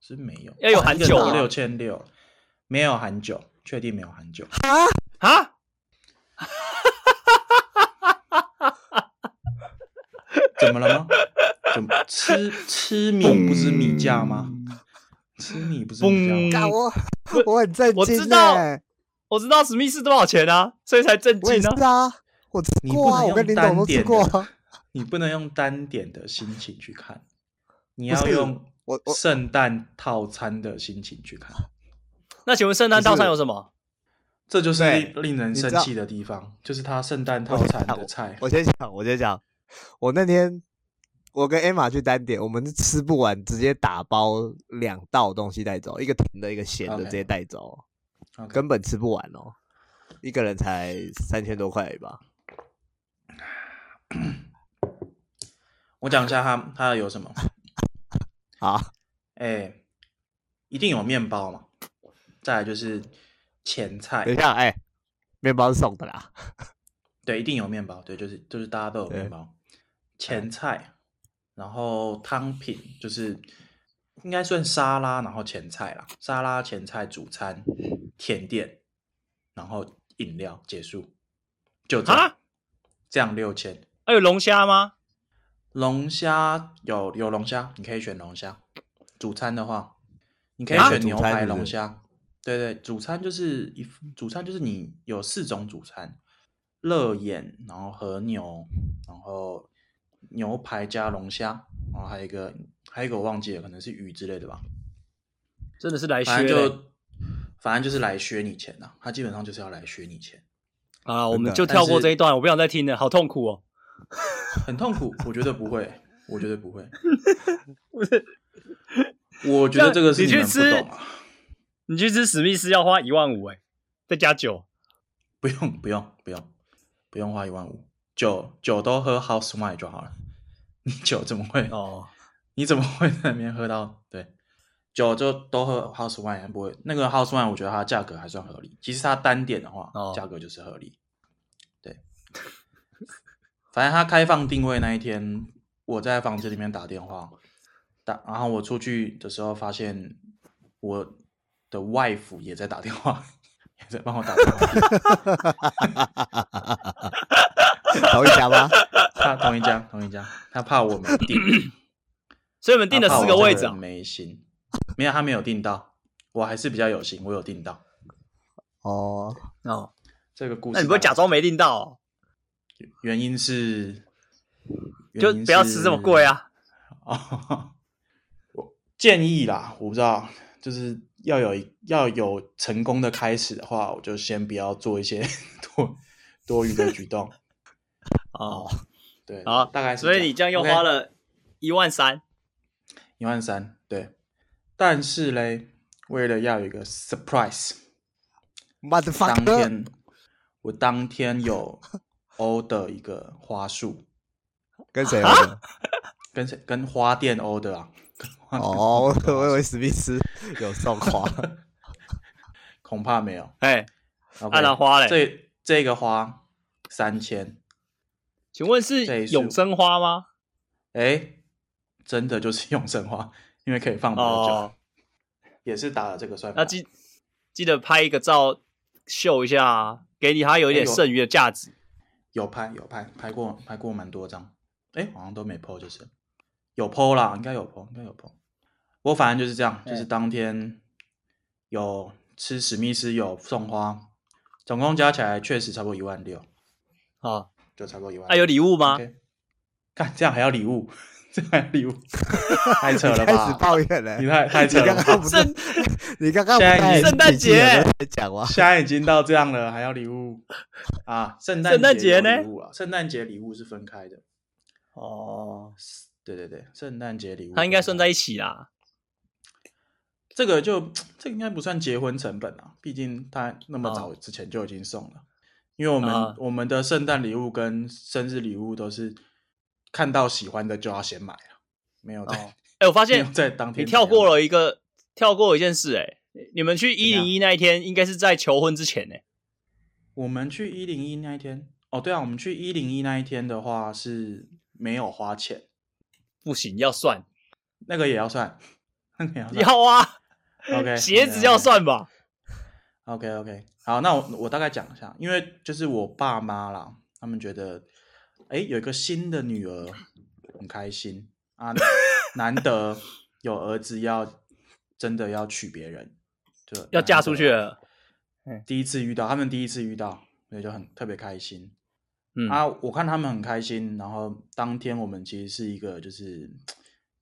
Speaker 3: 是没有，
Speaker 2: 要有含酒
Speaker 1: 啊
Speaker 3: 六千六，没有含酒，确定没有含酒。
Speaker 2: 啊？
Speaker 3: 怎么了吗？怎么吃吃米不知米价吗？吃米不知米价吗？
Speaker 1: 干
Speaker 2: 嗯
Speaker 1: 我我很震
Speaker 2: 我
Speaker 1: 惊
Speaker 2: 知道
Speaker 1: 欸
Speaker 2: 我知道史密斯多少钱啊，所以才震
Speaker 1: 我也
Speaker 2: 惊
Speaker 1: 是
Speaker 2: 啊。
Speaker 1: 啊，我吃
Speaker 3: 你
Speaker 1: 过
Speaker 3: 不
Speaker 1: 啊，
Speaker 3: 能
Speaker 1: 我跟
Speaker 3: 用
Speaker 1: 林董
Speaker 3: 单
Speaker 1: 都吃
Speaker 3: 点
Speaker 1: 过啊。
Speaker 3: 的，你不能用单点的心情去看，你
Speaker 1: 不
Speaker 3: 要
Speaker 1: 是
Speaker 3: 用
Speaker 1: 我我
Speaker 3: 圣诞套餐的心情去看，
Speaker 2: 那请问圣诞套餐有什么？
Speaker 3: 这就是
Speaker 1: 对
Speaker 3: 令令人
Speaker 1: 你知
Speaker 3: 生
Speaker 1: 道
Speaker 3: 气的地方，就是他圣诞
Speaker 1: 我
Speaker 3: 套
Speaker 1: 先
Speaker 3: 餐
Speaker 1: 讲
Speaker 3: 的菜
Speaker 1: 我先讲，我先讲，我那天我跟 Emma 去单点，我们是吃不完，直接打包两道东西带走，一个甜的，一个咸的，
Speaker 3: OK
Speaker 1: 直接带走。
Speaker 3: ，OK，
Speaker 1: 根本吃不完哦，一个人才三千多块而已吧。
Speaker 3: 我讲一下他他有什么，
Speaker 1: 好，
Speaker 3: 哎，一定有面包嘛，再来就是前菜
Speaker 1: 等一，下，哎、面包是送的啦，
Speaker 3: 对，一定有面包，对，就是就是大家都有
Speaker 1: 对
Speaker 3: 面包，前菜，然后汤品就是应该算沙拉，然后前菜啦，沙拉、前菜、主餐、甜点，然后饮料结束，就这样
Speaker 2: 啊，
Speaker 3: 这样六千，
Speaker 2: 还有龙虾吗？
Speaker 3: 龙虾有有龙虾，你可以选龙虾。主餐的话，你可以
Speaker 1: 啊
Speaker 3: 选
Speaker 1: 主
Speaker 3: 牛
Speaker 1: 餐
Speaker 3: 排
Speaker 1: 是不
Speaker 3: 龙
Speaker 1: 是
Speaker 3: 虾。对对，主餐就是一主餐就是你有四种主餐，热眼，然后和牛，然后牛排加龙虾，然后还有一个还有一个我忘记了，可能是鱼之类的吧。
Speaker 2: 真的是来
Speaker 3: 反
Speaker 2: 削
Speaker 3: 正
Speaker 2: 的
Speaker 3: 就反正就是来削你钱呐、他基本上就是要来削你钱，
Speaker 2: 啊！我们
Speaker 1: 真的
Speaker 2: 就跳
Speaker 3: 但
Speaker 2: 过
Speaker 3: 是
Speaker 2: 这一段，我不想再听了，好痛苦哦。
Speaker 3: 很痛 苦。我觉得不会，我觉得不会。我觉得这个是
Speaker 2: 你
Speaker 3: 们
Speaker 2: 去
Speaker 3: 不
Speaker 2: 吃
Speaker 3: 懂啊。
Speaker 2: 你去吃史密斯要花一万五，哎，再加酒，
Speaker 3: 不用不用不用不用花一万五，酒酒都喝 house wine 就好了。你酒怎么会？
Speaker 2: 哦，
Speaker 3: 你怎么会在那边喝到？对，酒就都喝 house wine 不会。那个 house wine 我觉得它价格还算合理，其实它单点的话，
Speaker 2: 哦
Speaker 3: 价格就是合理。对，反正它开放定位那一天，我在房间里面打电话，打，然后我出去的时候发现我的 wife 也在打电话， 也在帮我打电话。
Speaker 1: 同一家吗？
Speaker 3: 他同一家，同一家，他怕我没订，
Speaker 2: 所以我们订了
Speaker 3: 他怕
Speaker 2: 四个
Speaker 3: 我
Speaker 2: 位
Speaker 3: 这
Speaker 2: 置
Speaker 3: 人
Speaker 2: 啊，
Speaker 3: 没心，没有，他没有订到，我还是比较有心，我有订到。
Speaker 1: 哦，
Speaker 3: 啊
Speaker 2: 哦，
Speaker 3: 这个故事，
Speaker 2: 那你不会假？装没订到哦，
Speaker 3: 原因是，
Speaker 2: 就
Speaker 3: 原因
Speaker 2: 不要吃这么贵啊。
Speaker 3: 哦，我建议啦，我不知道，就是要有一要有成功的开始的话，我就先不要做一些 多多余的举动。
Speaker 2: 哦，
Speaker 3: 对，
Speaker 2: 好，
Speaker 3: 大概是
Speaker 2: 所以你这样又花了一万三，
Speaker 3: 一万三，对。但是嘞，为了要有一个 surprise。
Speaker 1: 妈的 fuck！
Speaker 3: 当天我当天有欧的一个花束，
Speaker 1: 跟谁玩
Speaker 3: 啊
Speaker 1: 的？
Speaker 3: 跟谁跟花店欧的啊？跟花店
Speaker 1: 哦，
Speaker 3: 欧
Speaker 1: 我
Speaker 3: 的
Speaker 1: 我以为史密斯 有送花，
Speaker 3: 恐怕没有。
Speaker 2: 哎，
Speaker 3: OK，
Speaker 2: 啊那花嘞
Speaker 3: 这这个花三千，
Speaker 2: 请问
Speaker 3: 这一
Speaker 2: 是
Speaker 3: 束
Speaker 2: 永生花吗？
Speaker 3: 哎，真的就是永生花，因为可以放比较久，
Speaker 2: 哦，
Speaker 3: 也是打了这个算
Speaker 2: 那
Speaker 3: 盘。
Speaker 2: 记记得拍一个照秀一下啊，给你它有一点
Speaker 3: 哎有
Speaker 2: 剩余的价值。
Speaker 3: 有拍有拍拍过拍过蛮多张，哎，好像都没 PO 就是有 PO 啦，应该有 PO，应该有 PO。我反正就是这样，就是当天有吃史密斯，有送花，总共加起来确实差不多一万六，
Speaker 2: 好，
Speaker 3: 就差不多一
Speaker 2: 哦
Speaker 3: 万。
Speaker 2: 啊那有礼物吗？
Speaker 3: OK，看这样还要礼物，这样还要礼物，太 扯
Speaker 1: 你
Speaker 3: 了
Speaker 1: 开始
Speaker 3: 吧！
Speaker 1: 抱怨了
Speaker 3: 你。太太
Speaker 1: 你
Speaker 3: 扯了
Speaker 1: 刚
Speaker 3: 吧。
Speaker 1: 刚不是
Speaker 2: 圣
Speaker 1: 你刚刚不
Speaker 3: 现在
Speaker 1: 是
Speaker 3: 已经
Speaker 2: 圣诞节
Speaker 1: 在讲吗？
Speaker 3: 现在已经到这样了，还要礼物啊？圣诞
Speaker 2: 圣诞节呢
Speaker 3: 有礼物啊，圣诞节礼物是分开的。
Speaker 2: 哦，
Speaker 3: 对对对，圣诞节礼物
Speaker 2: 啊它应该
Speaker 3: 分
Speaker 2: 算
Speaker 3: 开
Speaker 2: 在一起啦。
Speaker 3: 这个就这个应该不算结婚成本啊，毕竟他那么
Speaker 2: 哦
Speaker 3: 早之前就已经送了。因为我们、
Speaker 2: 啊
Speaker 3: 我们的圣诞礼物跟生日礼物都是看到喜欢的就要先买了，没有在、
Speaker 2: 哦，哎，我发
Speaker 3: 没有
Speaker 2: 现
Speaker 3: 在当天
Speaker 2: 你跳过
Speaker 3: 了，
Speaker 2: 了一个跳过一件事，哎，你们去一
Speaker 3: 样
Speaker 2: 零一那一天应该是在求婚之前哎呢。
Speaker 3: 我们去一零一那一天，哦对啊，我们去一零一那一天的话是没有花钱，
Speaker 2: 不行，要算，
Speaker 3: 那个也要算，那个也要算
Speaker 2: 要啊，
Speaker 3: OK
Speaker 2: 鞋子要算吧。
Speaker 3: 哎 OK OK，好，那我我大概讲一下，因为就是我爸妈啦，他们觉得，哎，有一个新的女儿，很开心啊，难得有儿子要真的要娶别人，就
Speaker 2: 要嫁出去
Speaker 3: 难
Speaker 2: 了。嗯
Speaker 3: 得第一次遇到，他们第一次遇到，所以就很特别开心、
Speaker 2: 嗯，
Speaker 3: 啊。我看他们很开心，然后当天我们其实是一个就是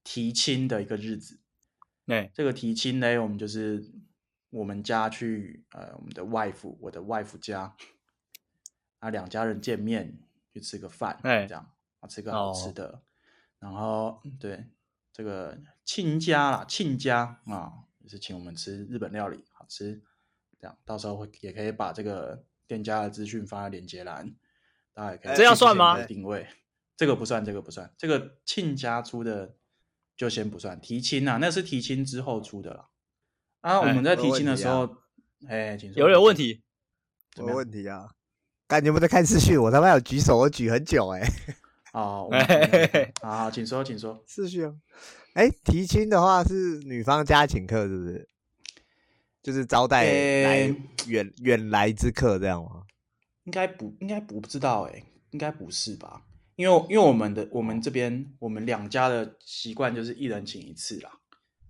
Speaker 3: 提亲的一个日子，
Speaker 2: 哎，
Speaker 3: 这个提亲呢，我们就是我们家去呃我们的外父，我的外父家，啊两家人见面去吃个饭，
Speaker 2: 哎
Speaker 3: 这样啊吃个好吃
Speaker 2: 哦
Speaker 3: 的，然后对这个亲家啦，亲家啊就是请我们吃日本料理，好吃，这样到时候会也可以把这个店家的资讯放在连接栏，大家也可以
Speaker 1: 这要
Speaker 3: 去
Speaker 2: 算
Speaker 3: 点
Speaker 2: 吗
Speaker 3: 一个定位。这个不算，这个不算，这个亲家出的就先不算。提亲啊，那是提亲之后出的啦。啊，我
Speaker 2: 哎
Speaker 3: 们在
Speaker 1: 我有
Speaker 3: 提亲的
Speaker 1: 问题
Speaker 3: 时
Speaker 1: 啊
Speaker 3: 候，哎、请说
Speaker 2: 有点问，题。
Speaker 1: 有
Speaker 3: 怎么样
Speaker 1: 问题啊！干，你们在看视讯，我他妈有举手，我举很久哎、
Speaker 3: 啊， 我
Speaker 2: 哎
Speaker 3: 们我们好好，请说，请说。
Speaker 1: 视讯啊。哎、提亲的话是女方家请客，是不是？就是招待来
Speaker 3: 诶
Speaker 1: 远远来之客这样吗？
Speaker 3: 欸应该不，应该不知道、哎，应该不是吧？因为因为我们的我们这边我们两家的习惯就是一人请一次啦。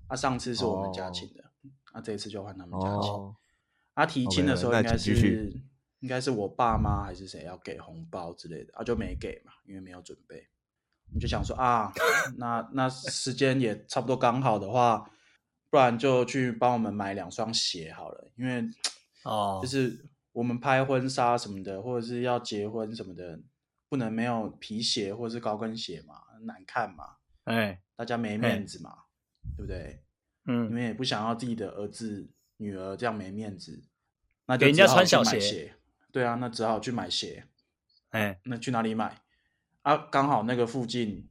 Speaker 3: 啊，上次是我们
Speaker 2: 哦
Speaker 3: 家请的，啊，这一次就换他们家请。
Speaker 1: 哦，
Speaker 3: 啊，提亲的时候
Speaker 1: OK，
Speaker 3: 应
Speaker 1: 那
Speaker 3: 该
Speaker 1: 请
Speaker 3: 是
Speaker 1: 继续
Speaker 3: 应该是我爸妈还是谁要给红包之类的，啊就没给嘛，因为没有准备。你就想说啊，那那时间也差不多刚好的话，不然就去帮我们买两双鞋好了，因为
Speaker 2: 哦，
Speaker 3: 就是我们拍婚纱什么的，或者是要结婚什么的，不能没有皮鞋或者是高跟鞋嘛，难看嘛，
Speaker 2: 哎，
Speaker 3: 大家没面子嘛，对不对？你
Speaker 2: 嗯，
Speaker 3: 们也不想要自己的儿子、女儿这样没面子，那
Speaker 2: 给
Speaker 3: 就
Speaker 2: 人家
Speaker 3: 只好
Speaker 2: 穿
Speaker 3: 去
Speaker 2: 小
Speaker 3: 买
Speaker 2: 鞋
Speaker 3: 鞋。对啊，那只好去买鞋。
Speaker 2: 哎，
Speaker 3: 那去哪里买？啊，刚好那个附近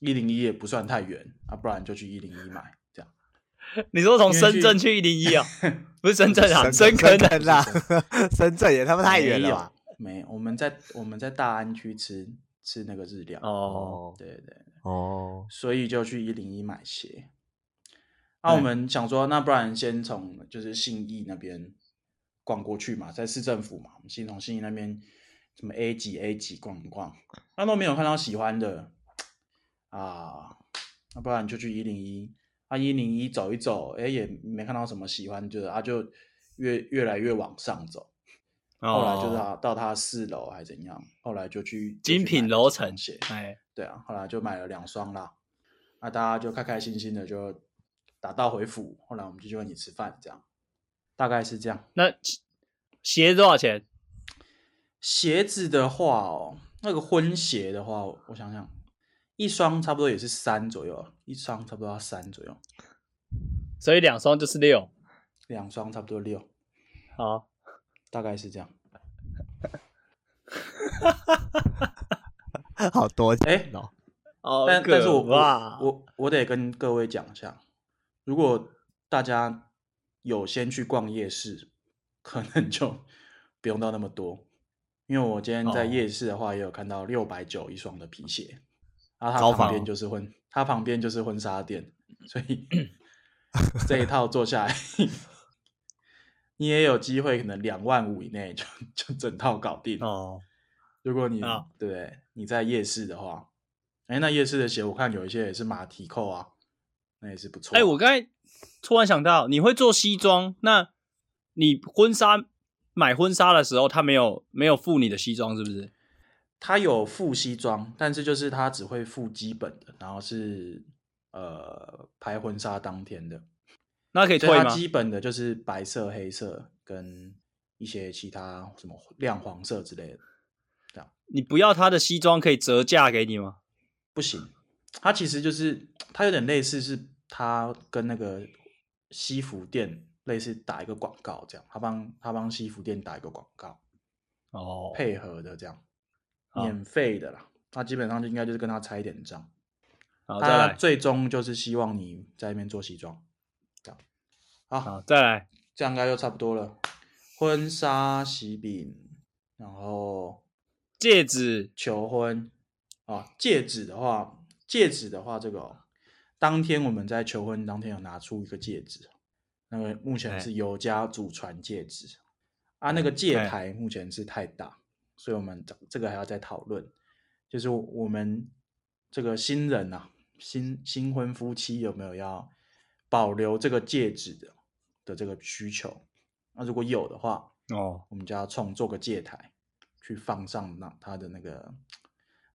Speaker 3: 一零一也不算太远啊，不然就去一零一买。这样，
Speaker 2: 你说从
Speaker 3: 因为
Speaker 2: 深
Speaker 3: 去
Speaker 2: 圳去一零一啊？ 不是深圳啊，深
Speaker 1: 深
Speaker 2: 坑啊，
Speaker 1: 圳啦， 深圳也他妈太远了吧？
Speaker 3: 没有，没，我们在我们在大安区吃吃那个日料。
Speaker 2: 哦，
Speaker 3: 对对对，
Speaker 1: 哦，
Speaker 3: 所以就去一零一买鞋。那、我
Speaker 2: 嗯
Speaker 3: 们想说，那不然先从就是信义那边逛过去嘛，在市政府嘛，我们先从信义那边什么 A 几 A 几逛一逛，那都没有看到喜欢的啊，那不然就去一零一，啊一零一走一走，哎、也没看到什么喜欢，就是啊就越越来越往上走，后来就是
Speaker 2: 哦
Speaker 3: 到到他四楼还怎样，后来就去
Speaker 2: 精品楼层
Speaker 3: 鞋，，
Speaker 2: 哎，
Speaker 3: 对啊，后来就买了两双啦。那大家就开开心心的就打道回府，后来我们就去问你吃饭，这样大概是这样。
Speaker 2: 那鞋鞋多少钱？
Speaker 3: 鞋子的话哦，那个婚鞋的话，我想想，一双差不多也是三左右，一双差不多要三左右，
Speaker 2: 所以两双就是六，
Speaker 3: 两双差不多六，
Speaker 2: 好，
Speaker 3: 大概是这样。
Speaker 1: 好多钱
Speaker 3: 哎，
Speaker 1: 哦，
Speaker 2: 哦，
Speaker 3: 但但是我
Speaker 2: 哇，
Speaker 3: 我我我得跟各位讲一下，如果大家有先去逛夜市，可能就不用到那么多，因为我今天在
Speaker 2: 哦
Speaker 3: 夜市的话，也有看到六百九一双的皮鞋，然后
Speaker 1: 高
Speaker 3: 它旁
Speaker 1: 仿
Speaker 2: 哦
Speaker 3: 边就是婚，它旁边就是婚纱店，所 以这一套做下来， 你也有机会可能两万五以内就就整套搞定
Speaker 2: 哦，
Speaker 3: 如果你、
Speaker 2: 啊
Speaker 3: 对你在夜市的话，哎，那夜市的鞋我看有一些也是马蹄扣啊，那也是不错。
Speaker 2: 哎，我刚才突然想到，你会做西装，那你婚纱买婚纱的时候，他没有没有付你的西装是不是？
Speaker 3: 它有附西装，但是就是它只会附基本的，然后是呃拍婚纱当天的，
Speaker 2: 那可以
Speaker 3: 所以
Speaker 2: 退
Speaker 3: 它
Speaker 2: 吗？
Speaker 3: 基本的就是白色、黑色跟一些其他什么亮黄色之类的，
Speaker 2: 你不要他的西装可以折价给你吗？
Speaker 3: 不行。它其实就是它有点类似是它跟那个西服店类似打一个广告这样，它帮它帮西服店打一个广告。
Speaker 2: 哦，
Speaker 3: 配合的这样，
Speaker 2: 好
Speaker 3: 免费的啦。他基本上就应该就是跟他拆一点账，
Speaker 2: 好，再
Speaker 3: 他
Speaker 2: 来，
Speaker 3: 最终就是希望你在那边做西装，这样。好，
Speaker 2: 好，再来，
Speaker 3: 这样应该就差不多了。婚纱、喜饼，然后
Speaker 2: 戒指
Speaker 3: 求婚啊，戒指的话，戒指的话，这个哦、当天我们在求婚当天有拿出一个戒指，那个目前
Speaker 2: 哎
Speaker 3: 是尤家祖传戒指啊，那个戒
Speaker 2: 哎
Speaker 3: 台目前是太大，所以我们这这个还要再讨论，就是我们这个新人呐、新新婚夫妻有没有要保留这个戒指的的这个需求？那如果有的话，
Speaker 2: 哦，
Speaker 3: 我们就要创作个戒台，去放上那它的那个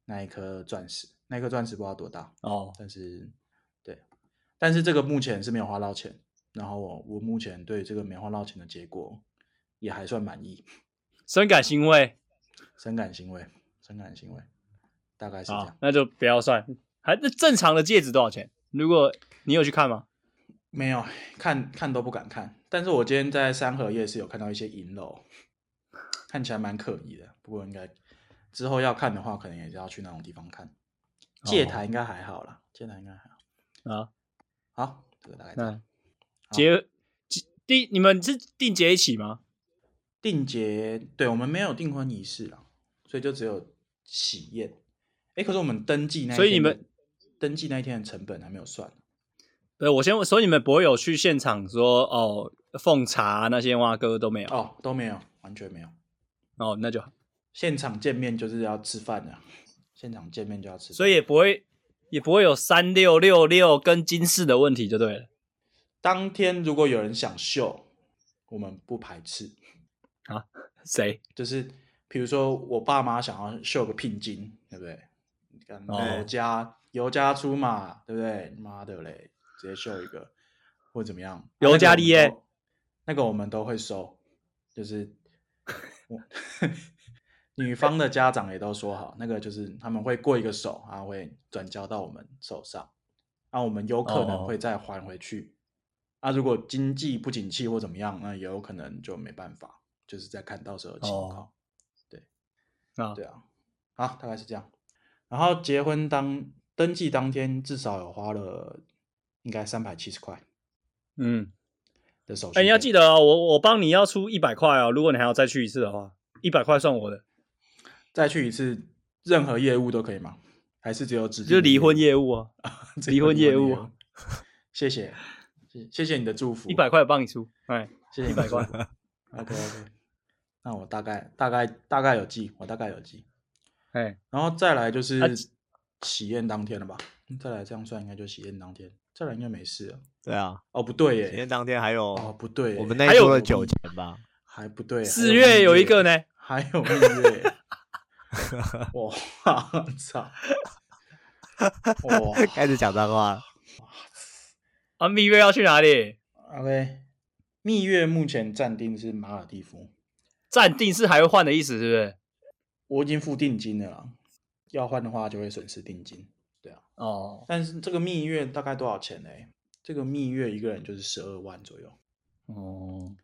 Speaker 3: 那一颗钻石，那一颗钻石不知道多大，
Speaker 2: 哦，
Speaker 3: 但是对，但是这个目前是没有花到钱，然后我我目前对这个没花到钱的结果也还算满意，
Speaker 2: 深感欣慰。
Speaker 3: 深感欣慰，深感欣慰，大概是这
Speaker 2: 好
Speaker 3: 样，，
Speaker 2: 那就不要算。还那正常的戒指多少钱？如果你有去看吗？
Speaker 3: 没有看看都不敢看，但是我今天在三河夜市有看到一些银楼，看起来蛮可疑的，不过应该之后要看的话，可能也是要去那种地方看。
Speaker 2: 哦
Speaker 3: 戒台应该还好啦，戒台应该还好。
Speaker 2: 啊，
Speaker 3: 好，这个大概这样
Speaker 2: 那结结定你们是定结一起吗？
Speaker 3: 定结，对我们没有订婚仪式啦，所以就只有喜宴。哎，可是我们登记那一天的，
Speaker 2: 所以你们
Speaker 3: 登记那一天的成本还没有算。
Speaker 2: 对，我先问，所以你们不会有去现场说哦奉茶那些蛙哥都没有哦
Speaker 3: 哦，都没有，完全没有。
Speaker 2: 那就好
Speaker 3: 现场见面就是要吃饭的，现场见面就要吃饭，
Speaker 2: 所以也不会也不会有三六六六跟金饰的问题，就对了。
Speaker 3: 当天如果有人想秀，我们不排斥。
Speaker 2: 谁？
Speaker 3: 就是比如说我爸妈想要秀个聘金，对不对？你看
Speaker 2: 哦
Speaker 3: 尤家尤家出马，对不对？妈的嘞，直接秀一个或怎么样？
Speaker 2: 尤加利耶
Speaker 3: 那个我们都会收，就是我 女方的家长也都说好，那个就是他们会过一个手啊，会转交到我们手上，那、我们有可
Speaker 2: 哦
Speaker 3: 能会再还回去。啊，如果经济不景气或怎么样，那也有可能就没办法，就是再看到时候的情
Speaker 2: 哦
Speaker 3: 况。
Speaker 2: 啊，
Speaker 3: 对啊，啊，大概是这样。然后结婚当登记当天，至少有花了应该三百七十块
Speaker 2: 嗯，
Speaker 3: 的手续费。
Speaker 2: 哎、你要记得哦，我我帮你要出一百块哦，如果你还要再去一次的话，一百块算我的，
Speaker 3: 再去一次，任何业务都可以吗？还是只有指定
Speaker 2: 就是
Speaker 3: 的
Speaker 2: 离婚
Speaker 3: 业
Speaker 2: 业务啊，
Speaker 3: 务只
Speaker 2: 离
Speaker 3: 有
Speaker 2: 婚业务啊
Speaker 3: 务？谢谢，谢谢谢你的祝福，
Speaker 2: 一百，块帮你出，哎，
Speaker 3: 谢谢
Speaker 2: 100块。
Speaker 3: OK OK，那我大概大概大概有记，我大概有记。
Speaker 2: 哎，
Speaker 3: 然后再来就
Speaker 2: 啊
Speaker 3: 是
Speaker 2: 其
Speaker 3: 喜宴当天了吧？再来这样算应该就喜宴当天，再来应该没事了。
Speaker 1: 对啊，
Speaker 3: 哦，不对耶，
Speaker 1: 今天当天还有
Speaker 3: 哦，不对耶，
Speaker 1: 我们那
Speaker 2: 还
Speaker 1: 一
Speaker 2: 有
Speaker 1: 桌的
Speaker 3: 我
Speaker 1: 酒
Speaker 3: 们
Speaker 1: 钱吧？
Speaker 3: 还不对耶，
Speaker 2: 四月有一个
Speaker 3: 呢，
Speaker 2: 呢，
Speaker 3: 还有蜜月耶，我 操， 哇
Speaker 1: 开始讲脏 话了，
Speaker 2: 啊，蜜月要去哪里？
Speaker 3: ，OK，蜜月目前暂定是马尔蒂夫，
Speaker 2: 暂定是还会换的意思，是不是？
Speaker 3: 我已经付定金了啦，要换的话就会损失定金，对啊，
Speaker 2: 哦，
Speaker 3: 但是这个蜜月大概多少钱呢？这个蜜月一个人就是十二万左右，
Speaker 2: 哦，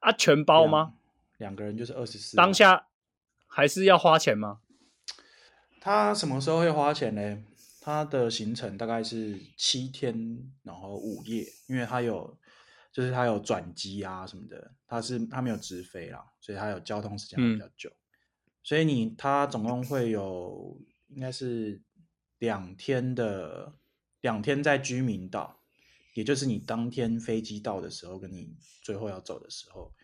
Speaker 2: 啊，全包吗？
Speaker 3: 两？两个人就是二十四。
Speaker 2: 当下还是要花钱吗？
Speaker 3: 他什么时候会花钱呢？他的行程大概是七天，然后五夜，因为他有，就是他有转机啊什么的，他是他没有直飞啦，所以他有交通时间会比较久，所以你他总共会有应该是两天的，两天在居民岛，也就是你当天飞机到的时候，跟你最后要走的时候，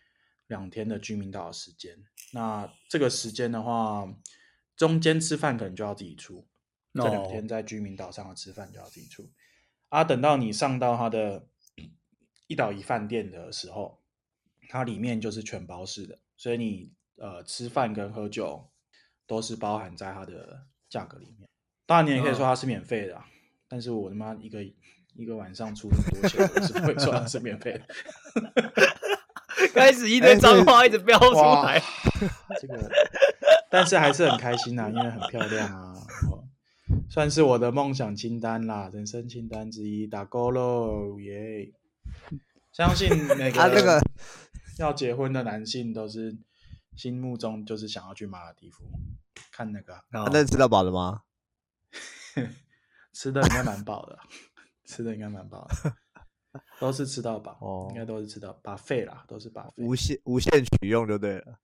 Speaker 3: 两天的居民岛的时间。那这个时间的话，中间吃饭可能就要自己出，这两天在居民岛上的吃饭就要自己出。啊，等到你上到它的一岛一饭店的时候，它里面就是全包式的，所以你呃吃饭跟喝酒都是包含在它的价格里面。当然，你也可以说它是免费的啊、但是我他妈一个一个晚上出这么多钱，我是不会说它是免费的。
Speaker 2: 开始一堆脏话一直飙出
Speaker 1: 哎
Speaker 2: 来，
Speaker 3: 这个，但是还是很开心呐、因为很漂亮啊，哦算是我的梦想清单啦，人生清单之一，打勾喽，耶！相信每个
Speaker 1: 啊这个
Speaker 3: 要结婚的男性都是心目中就是想要去马尔蒂夫看那个啊
Speaker 1: 啊那吃到饱了吗？
Speaker 3: 吃的应该蛮饱的啊，吃的应该蛮饱的，都是吃到饱，
Speaker 1: 哦
Speaker 3: 应该都是吃到把肺啦，都是把肺。
Speaker 1: 无限无限取用就对了。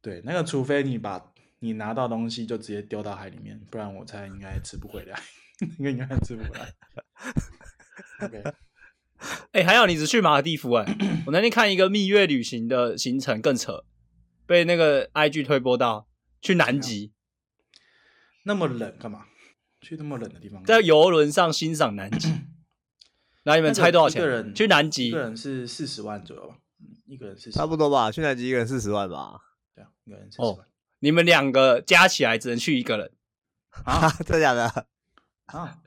Speaker 3: 对，那个除非你把你拿到东西就直接丢到海里面，不然我猜应该吃不回来，应该应该吃不回来。OK，
Speaker 2: 哎、还好你只去马尔蒂夫哎、我那天看一个蜜月旅行的行程更扯，被那个 IG 推播到去南极，
Speaker 3: 那么冷干嘛？去那么冷的地方干
Speaker 2: 嗯在
Speaker 3: 嘛？
Speaker 1: 啊
Speaker 2: 游轮上欣赏南极。来，你们猜多少钱？
Speaker 3: 一个人
Speaker 2: 去南
Speaker 3: 一
Speaker 2: 极
Speaker 3: 个人是四十万左右吧，嗯一个人是
Speaker 1: 差不
Speaker 3: 多
Speaker 1: 多吧，去南极一个人四十万吧，
Speaker 3: 对啊，一个人四十
Speaker 2: 哦
Speaker 3: 万、
Speaker 2: 你们两个加起来只能去一个人。
Speaker 1: 啊， 真的假的？
Speaker 3: 啊！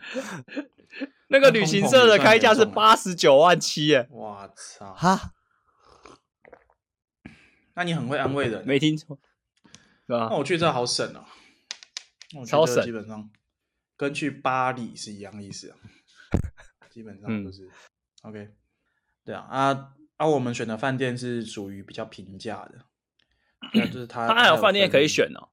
Speaker 2: 那个旅行社的开价是
Speaker 3: 那通膨也
Speaker 2: 八十九万七耶，
Speaker 3: 我操，
Speaker 1: 哈，
Speaker 3: 那你很会安慰人。
Speaker 2: 没听错，是吧
Speaker 3: 那？我去这好省哦，那我去
Speaker 2: 啊超
Speaker 3: 这
Speaker 2: 省
Speaker 3: 基本上跟去巴黎是一样的意思啊， 基本
Speaker 2: 嗯
Speaker 3: 上就是、OK。对啊，啊啊，我们选的饭店是属于比较平价的，那就 是它
Speaker 2: 他还有饭店
Speaker 3: 分
Speaker 2: 可以选哦。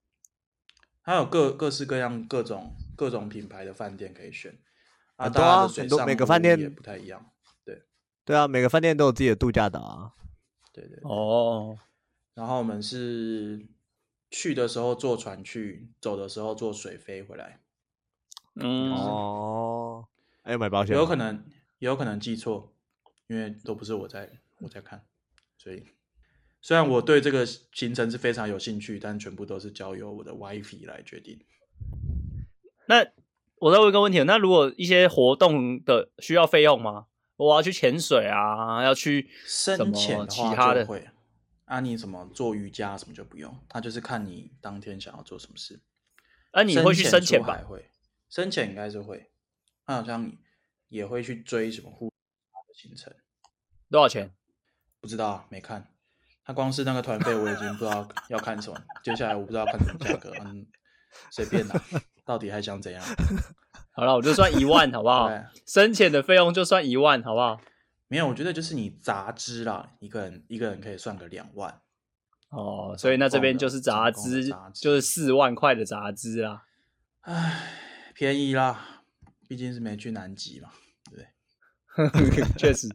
Speaker 3: 它有各各式各样、各种各种品牌的饭店可以选。啊，
Speaker 1: 很多
Speaker 3: 大家
Speaker 1: 啊
Speaker 3: 的水
Speaker 1: 很多
Speaker 3: 上
Speaker 1: 每个
Speaker 3: 服务
Speaker 1: 饭店
Speaker 3: 也不太一样。
Speaker 1: 对啊，每个饭店都有自己的度假岛啊。
Speaker 3: 对对。
Speaker 2: 哦，
Speaker 3: 然后我们是去的时候坐船去，走的时候坐水飞回来。
Speaker 2: 嗯，
Speaker 1: 哦，还有买保险吗，
Speaker 3: 有可能，也有可能记错，因为都不是我在我在看，所以虽然我对这个行程是非常有兴趣，但全部都是交由我的 wifey 来决定。
Speaker 2: 那我再问一个问题，那如果一些活动的需要费用吗？我要去潜水啊，要去什
Speaker 3: 深
Speaker 2: 么
Speaker 3: 潜
Speaker 2: 其
Speaker 3: 话
Speaker 2: 他
Speaker 3: 就
Speaker 2: 的，
Speaker 3: 会，啊，你怎么做瑜伽什么就不用，它就是看你当天想要做什么事。
Speaker 2: 那、你会去深
Speaker 3: 潜
Speaker 2: 潜
Speaker 3: 出海
Speaker 2: 吧？
Speaker 3: 会深潜应该是会，他好像也会去追什么户外的行程，
Speaker 2: 多少钱？
Speaker 3: 不知道啊，没看。他光是那个团费，我已经不知道 要看什么，接下来我不知道看什么价格，嗯，随便啦，到底还想怎样？
Speaker 2: 好了，我就算一万，好不好？
Speaker 3: 对，
Speaker 2: 深潜的费用就算一万，好不好？
Speaker 3: 没有，我觉得就是你杂支啦，一个人一个人可以算个两万，
Speaker 2: 哦，所以那这边就是
Speaker 3: 总共
Speaker 2: 杂
Speaker 3: 的
Speaker 2: 资
Speaker 3: 杂，支
Speaker 2: 就是四万块的杂资 啦。
Speaker 3: 唉，便宜啦，毕竟是没去南极嘛。
Speaker 2: 确实，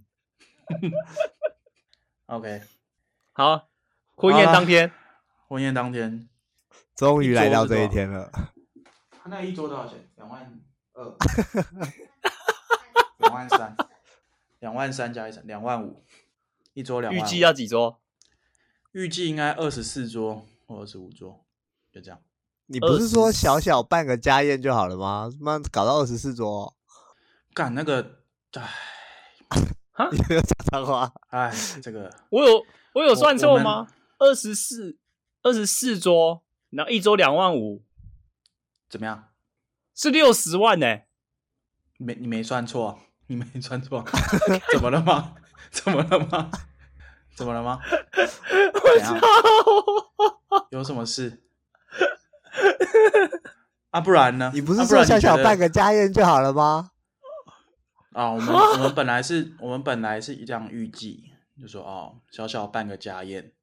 Speaker 3: OK，
Speaker 2: 好，婚宴当天
Speaker 3: 婚宴当天，
Speaker 1: 终于来
Speaker 3: 一
Speaker 1: 到
Speaker 3: 周是
Speaker 1: 这一
Speaker 3: 多少
Speaker 1: 天了，
Speaker 3: 他那一桌多少钱？两万二， 两万三，两万三加一层，两万五，一桌两
Speaker 2: 预
Speaker 3: 万五。
Speaker 2: 计要几桌？
Speaker 3: 预计应该二十四桌或二十五桌，就这样。
Speaker 1: 你不是说小小办个家宴就好了吗？妈搞到二十四桌，
Speaker 3: 干那个，唉
Speaker 1: 你没有讲脏话，
Speaker 3: 唉，这个
Speaker 2: 我有我有算
Speaker 3: 我
Speaker 2: 错
Speaker 3: 我们
Speaker 2: 吗？二十四二十四桌，然后一桌两万五，
Speaker 3: 怎么样？
Speaker 2: 是六十万呢、
Speaker 3: 没你没算错，你没算错， 怎么了吗？怎么了吗？怎么了吗？
Speaker 2: 我
Speaker 3: 怎样
Speaker 2: 操！
Speaker 3: 有什么事？啊，不然呢？
Speaker 1: 你不是
Speaker 3: 啊
Speaker 1: 说
Speaker 3: 然你
Speaker 1: 小小
Speaker 3: 觉得
Speaker 1: 办个家宴就好了吗？
Speaker 3: 啊，我们我们本来是，我们本来是这样预计，就说哦，小小办个家宴，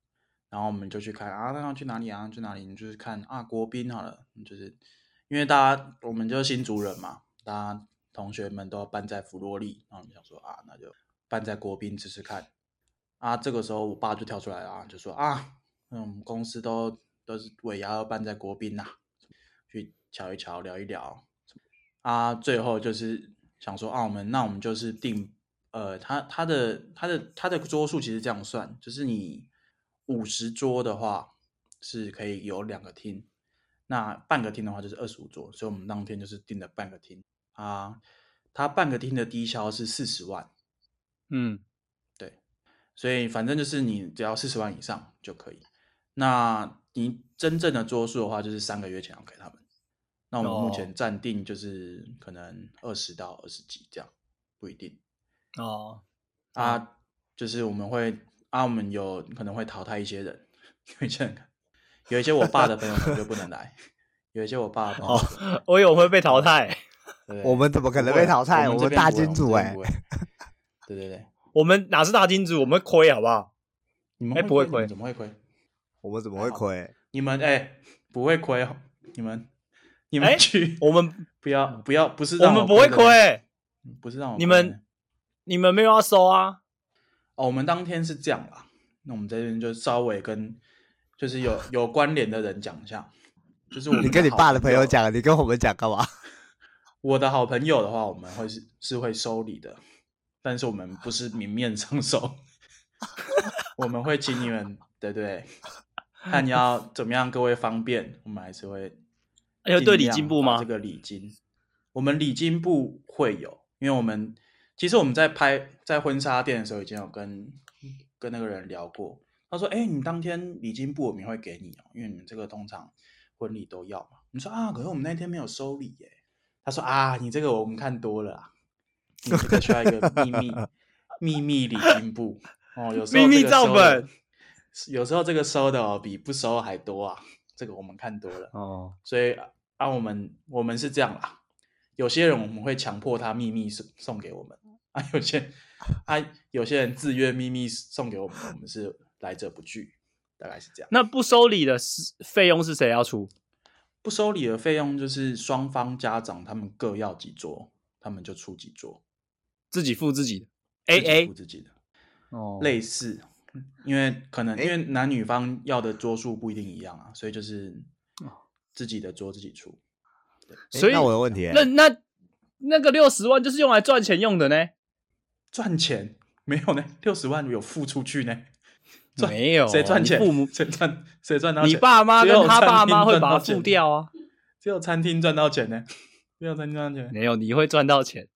Speaker 3: 然后我们就去看啊，那要去哪里啊？去哪里？你就是看啊，国宾好了，就是因为大家我们就新族人嘛，大家同学们都要办在弗洛利，然后我们想说啊，那就办在国宾试试看。啊，这个时候我爸就跳出来了啊，就说啊，嗯，我们公司都都是尾牙要办在国宾呐、去瞧一瞧，聊一聊，啊，最后就是想说啊，我们那我们就是定，呃，他他的他的他的桌数其实这样算，就是你五十桌的话是可以有两个厅，那半个厅的话就是二十五桌，所以我们当天就是定了半个厅啊，他半个厅的低消是四十万，
Speaker 2: 嗯，
Speaker 3: 所以反正就是你只要四十万以上就可以。那你真正的桌数的话，就是三个月前要给他们。那我们目前
Speaker 2: 哦
Speaker 3: 暂定就是可能二十到二十几这样，不一定
Speaker 2: 哦，
Speaker 1: 嗯
Speaker 3: 啊。就是我们会啊，我们有可能会淘汰一些人，有一些人有一些我爸的朋友可能就不能来，有一些我爸的朋友
Speaker 2: 哦
Speaker 3: 可能
Speaker 2: 我有会被淘汰。
Speaker 3: 对
Speaker 1: 哦我们怎么可能
Speaker 3: 不会啊
Speaker 1: 被淘汰
Speaker 3: 我
Speaker 1: 我
Speaker 3: 这
Speaker 1: 们
Speaker 3: 边
Speaker 1: 大
Speaker 3: 不会
Speaker 1: 金主
Speaker 3: 我们
Speaker 1: 欸
Speaker 3: 这边不会啊对 对对，
Speaker 2: 我们哪是大金主，我们会亏好不好？
Speaker 3: 你们
Speaker 2: 哎不会
Speaker 3: 你们
Speaker 2: 亏
Speaker 3: 怎么会亏？
Speaker 1: 我们怎么会 亏？
Speaker 3: 你们哎、不会亏哦，你们你
Speaker 2: 哎
Speaker 3: 们去，
Speaker 2: 我们
Speaker 3: 不要不要，不是
Speaker 2: 我
Speaker 3: 让
Speaker 2: 们不会
Speaker 3: 的
Speaker 2: 亏、，
Speaker 3: 不是让我
Speaker 2: 你
Speaker 3: 亏的
Speaker 2: 们你们没有要收啊？
Speaker 3: 哦，我们当天是这样啦，那我们这边就稍微跟就 是有有关联的人讲一下，就是我
Speaker 2: 嗯
Speaker 3: 们
Speaker 1: 你跟你
Speaker 3: 好
Speaker 1: 爸的朋友，讲，你跟我们讲干嘛？
Speaker 3: 我的好朋友的话，我们会是是会收礼的，但是我们不是明面 上收，我们会请你们，对不对？看你要怎么样，各位方便，我们还是会
Speaker 2: 哎有对
Speaker 3: 尽
Speaker 2: 礼
Speaker 3: 量
Speaker 2: 金部
Speaker 3: 把
Speaker 2: 吗
Speaker 3: 这个礼金，我们礼金部会有，因为我们其实我们在拍在婚纱店的时候已经有跟跟那个人聊过，他说：“哎、你当天礼金部我们会给你哦，因为你们这个通常婚礼都要嘛。”你说：“啊，可是我们那天没有收礼耶。”他说：“啊，你这个我们看多了啊，你这个需要一个秘密秘密礼金部哦，有时候
Speaker 2: 秘密
Speaker 3: 这个收
Speaker 2: 账
Speaker 3: 的
Speaker 2: 本，
Speaker 3: 有时候这个收的哦比不收还多啊，这个我们看多了。”
Speaker 2: 哦，
Speaker 3: 所以啊，我们我们是这样啦。有些人我们会强迫他秘密送送给我们啊，有些啊有些人自愿秘密送给我们，我们是来者不拒，大概是这样。
Speaker 2: 那不收礼的是费用是谁要出？
Speaker 3: 不收礼的费用就是双方家长他们各要几桌，他们就出几桌
Speaker 2: 自己付自己的
Speaker 3: 自
Speaker 2: ，A
Speaker 3: 己
Speaker 2: A
Speaker 3: 付自己的，
Speaker 2: 哦
Speaker 3: 类似，因为可能因为男女方要的桌数不一定一样啊，所以就是自己的桌自己出。
Speaker 1: 诶
Speaker 2: 所以
Speaker 1: 那我有问题欸，
Speaker 2: 那那那个六十万就是用来赚钱用的呢？
Speaker 3: 赚钱没有呢？六十万有付出去呢？赚
Speaker 2: 没
Speaker 1: 哦
Speaker 2: 有啊
Speaker 3: 谁赚钱？
Speaker 2: 你父母
Speaker 3: 谁赚谁赚到钱？
Speaker 2: 你爸妈
Speaker 3: 只有
Speaker 2: 跟他
Speaker 3: 餐
Speaker 2: 爸
Speaker 3: 厅
Speaker 2: 妈会
Speaker 3: 赚
Speaker 2: 把
Speaker 3: 到
Speaker 2: 它
Speaker 3: 钱
Speaker 2: 付掉啊。
Speaker 3: 只有餐厅赚到钱呢。不要参加安全。
Speaker 2: 没有，你会赚到钱。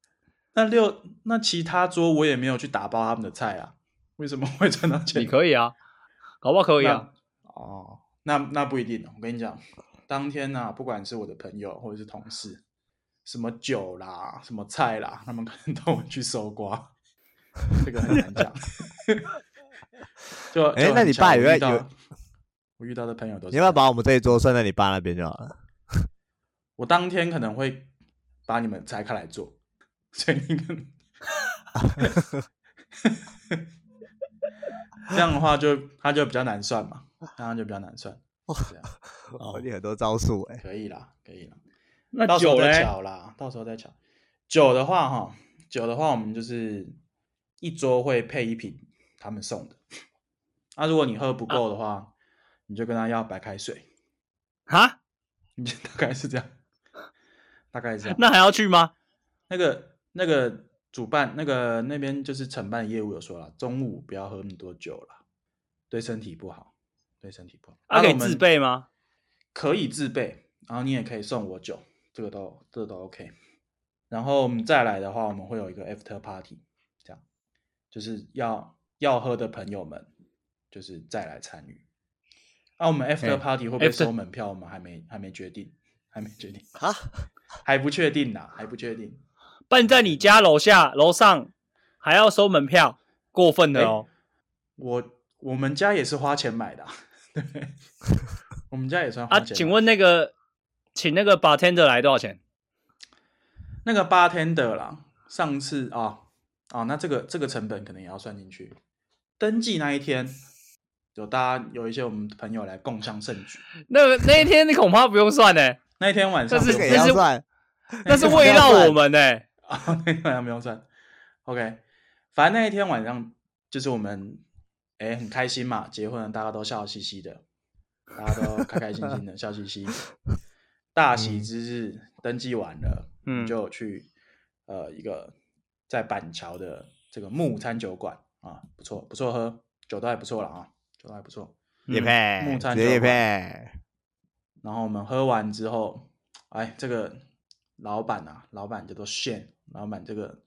Speaker 3: 那六那其他桌我也没有去打包他们的菜啊，为什么会赚到钱？
Speaker 2: 你可以啊，搞不好可以啊。
Speaker 3: 哦，那那不一定。哦我跟你讲，当天呢、啊，不管是我的朋友或者是同事，什么酒啦，什么菜啦，他们可能都会去搜刮，这个很 难讲。就
Speaker 1: 哎
Speaker 3: 就很
Speaker 1: 那你
Speaker 3: 巧
Speaker 1: 爸
Speaker 3: 我
Speaker 1: 有
Speaker 3: 遇
Speaker 1: 在
Speaker 3: 到
Speaker 1: 有
Speaker 3: 我遇到的朋友都是
Speaker 1: 你要不要
Speaker 3: 这样
Speaker 1: 把我们这一桌算在你爸那边就好了？
Speaker 3: 我当天可能会把你们拆开来做，所以你 可能这样的话就他就比较难算嘛，那他就比较难算。这样
Speaker 1: 哦，你很多招数哎、
Speaker 3: 可以啦，可以啦，
Speaker 2: 那
Speaker 3: 到时候
Speaker 2: 酒
Speaker 3: 再
Speaker 2: 嘞？
Speaker 3: 巧啦，到时候再巧。酒的话哈，酒的话我们就是一桌会配一瓶他们送的，那、如果你喝不
Speaker 2: 啊
Speaker 3: 够的话，你就跟他要白开水，
Speaker 2: 哈，
Speaker 3: 你就大概是这样，大概是这样。
Speaker 2: 那还要去吗？
Speaker 3: 那个那个主办那个那边就是承办业务有说了，中午不要喝那么多酒了，对身体不好，对身体不好。
Speaker 2: 啊，可以
Speaker 3: 那我们
Speaker 2: 自，备吗？
Speaker 3: 可以自备，然后你也可以送我酒，这个都这个都 OK。然后我们再来的话，我们会有一个 after party，这样就是要要喝的朋友们就是再来参与。那、我们 after
Speaker 2: 哎
Speaker 3: party 会不会
Speaker 2: after-
Speaker 3: 收门票？我们还没还没决定，还没决定，
Speaker 1: 啊，
Speaker 3: 还不确定呐，还不确定。
Speaker 2: 办在你家楼下、楼上，还要收门票，过分了哦！
Speaker 3: 我我们家也是花钱买的、啊， 对不对，我们家也算花
Speaker 2: 啊，
Speaker 3: 钱买。
Speaker 2: 请问那个，请那个 bartender 来多少钱？
Speaker 3: 那个 bartender 啦，上次啊啊、那这个这个成本可能也要算进去。登记那一天，有大家有一些我们朋友来共襄盛举。
Speaker 2: 那那一天你恐怕不用算呢、
Speaker 3: 那一天晚上
Speaker 2: 但
Speaker 3: 不
Speaker 1: 这
Speaker 2: 是
Speaker 1: 个
Speaker 3: 用
Speaker 1: 也要
Speaker 2: 但
Speaker 3: 算
Speaker 2: 是
Speaker 1: 算。
Speaker 2: 那是为了我们欸呢、
Speaker 3: 啊，那天晚上不用算。OK，反正那一天晚上就是我们哎很开心嘛，结婚了，大家都笑嘻嘻的，大家都开开心心的笑嘻嘻。大喜之日，登记完了，我们
Speaker 2: 嗯
Speaker 3: 就有去呃一个在板桥的这个木餐酒馆啊，不错不错喝，酒都还不错了啊，酒都还不错。
Speaker 1: 叶
Speaker 2: 嗯
Speaker 1: 配
Speaker 3: 木，炭
Speaker 1: 直接
Speaker 3: 酒
Speaker 1: 叶
Speaker 3: 吧
Speaker 1: 配，
Speaker 3: 然后我们喝完之后，哎，这个老板啊，老板叫做 Shane，老板这个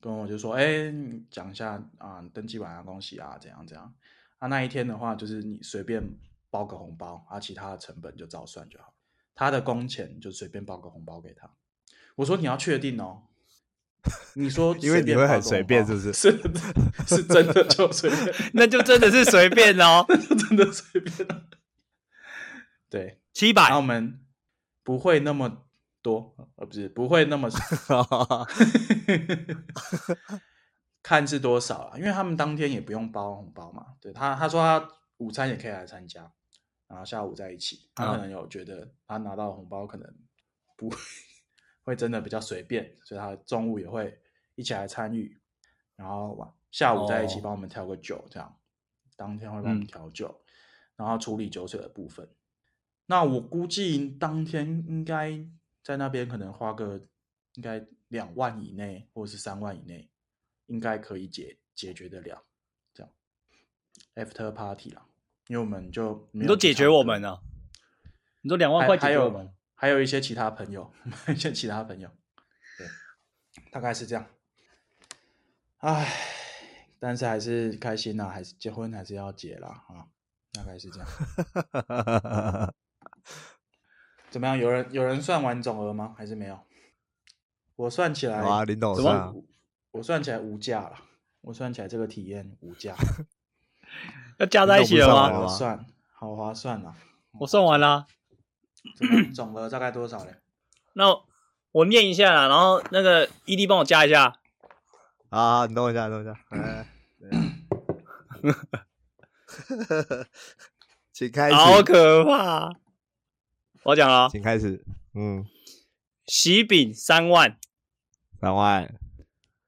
Speaker 3: 跟我就说，哎，你讲一下啊，登记完啊，恭喜啊，怎样怎样。啊，那一天的话，就是你随便包个红包，啊，其他的成本就照算就好。他的工钱就随便包个红包给他。我说你要确定哦，你说
Speaker 1: 因为
Speaker 3: 随便
Speaker 1: 你会
Speaker 3: 包
Speaker 1: 很
Speaker 3: 个
Speaker 1: 随
Speaker 3: 红
Speaker 1: 便
Speaker 3: 包
Speaker 1: 是不是
Speaker 3: 是是真的就随便，
Speaker 2: 那就真的是随便哦，
Speaker 3: 真的随便。 对，
Speaker 2: 七
Speaker 3: 然后
Speaker 2: 百
Speaker 3: 我们不会那么多，呃，不是不会那 么 看是多少啊，因为他们当天也不用包红包嘛。对他，他说他午餐也可以来参加，然后下午在一起。他可
Speaker 2: 嗯
Speaker 3: 能有觉得他拿到的红包可能不会 真的比较随便，所以他中午也会一起来参与，然后晚下午在一起
Speaker 2: 哦
Speaker 3: 帮我们调个酒，这样、当天会帮我
Speaker 2: 嗯
Speaker 3: 们调酒，然后处理酒水的部分。那我估计当天应该在那边可能花个应该两万以内，或者是三万以内，应该可以解解决得了。这样，after party 啦，因为我们就
Speaker 2: 你
Speaker 3: 没有
Speaker 2: 都
Speaker 3: 去
Speaker 2: 解决
Speaker 3: 唱
Speaker 2: 我
Speaker 3: 歌
Speaker 2: 们了，你都两万
Speaker 3: 还
Speaker 2: 块
Speaker 3: 还
Speaker 2: 解决我
Speaker 3: 有
Speaker 2: 们，
Speaker 3: 还有一些其他朋友， 一些其他朋友，对，大概是这样。唉，但是还是开心啦，还是结婚还是要结啦啊，大概是这样。怎么样？有人有人算完总额吗？还是没有？我算起来，
Speaker 1: 有啊，林董
Speaker 2: 怎
Speaker 1: 事
Speaker 2: 么
Speaker 1: 长，
Speaker 3: 我算起来无价了。我算起来这个体验无 价，
Speaker 2: 要加在一起了
Speaker 1: 你都不
Speaker 3: 好
Speaker 1: 算了吗
Speaker 2: 吗？
Speaker 3: 划算，好划算啊！
Speaker 2: 我算完啦、
Speaker 3: 怎么样总额大概多少嘞？
Speaker 2: 那我我念一下啦，然后那个 ED 帮我加一下，
Speaker 1: 啊，你等我一下，你等我一下，哎来，来请开始，
Speaker 2: 好可怕！我讲了哦，
Speaker 1: 请开始，嗯，
Speaker 2: 喜饼三万，
Speaker 1: 三万，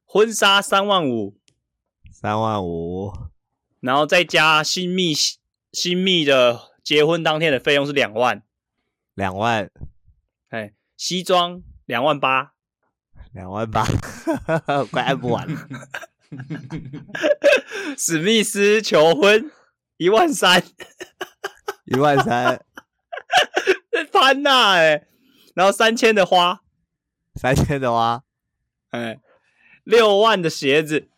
Speaker 2: 婚纱三万五，
Speaker 1: 三万五，
Speaker 2: 然后再加新密新密的结婚当天的费用是两万，
Speaker 1: 两万，
Speaker 2: 哎，西装两万八，
Speaker 1: 两万八， 快按不完了，
Speaker 2: 史密斯求婚一万三，
Speaker 1: 一万三，
Speaker 2: 潘娜哎，然后三千的花，
Speaker 1: 三千的蛙，
Speaker 2: 哎，六万的鞋子，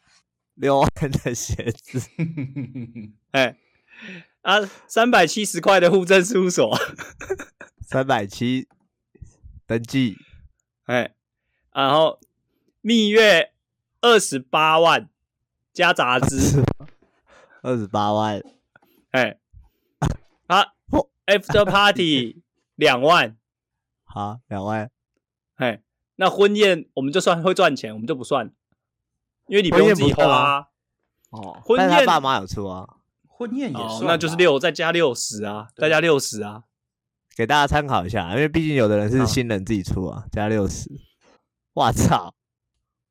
Speaker 1: 六万的鞋子，
Speaker 2: 哎，啊，三百七十块的户政事务所，
Speaker 1: 三百七登记，
Speaker 2: 哎，然后蜜月二十八万加杂志，
Speaker 1: 二十八万，
Speaker 2: 哎，啊，after party 两万，
Speaker 1: 好，两万，
Speaker 2: 哎，那婚宴我们就算会赚钱，我们就不算，因为你不用自己
Speaker 1: 婚
Speaker 2: 花、
Speaker 1: 宴不算
Speaker 2: 啊
Speaker 1: 啊。哦，
Speaker 2: 婚
Speaker 1: 但是
Speaker 2: 宴
Speaker 1: 他爸妈啊有出啊，
Speaker 3: 婚宴也
Speaker 2: 哦
Speaker 3: 算，吧，
Speaker 2: 那就是六再加六十啊，
Speaker 3: 对
Speaker 2: 再加六十啊，
Speaker 1: 给大家参考一下，啊因为毕竟有的人是
Speaker 2: 好
Speaker 1: 新人自己出啊，加六十，哇操，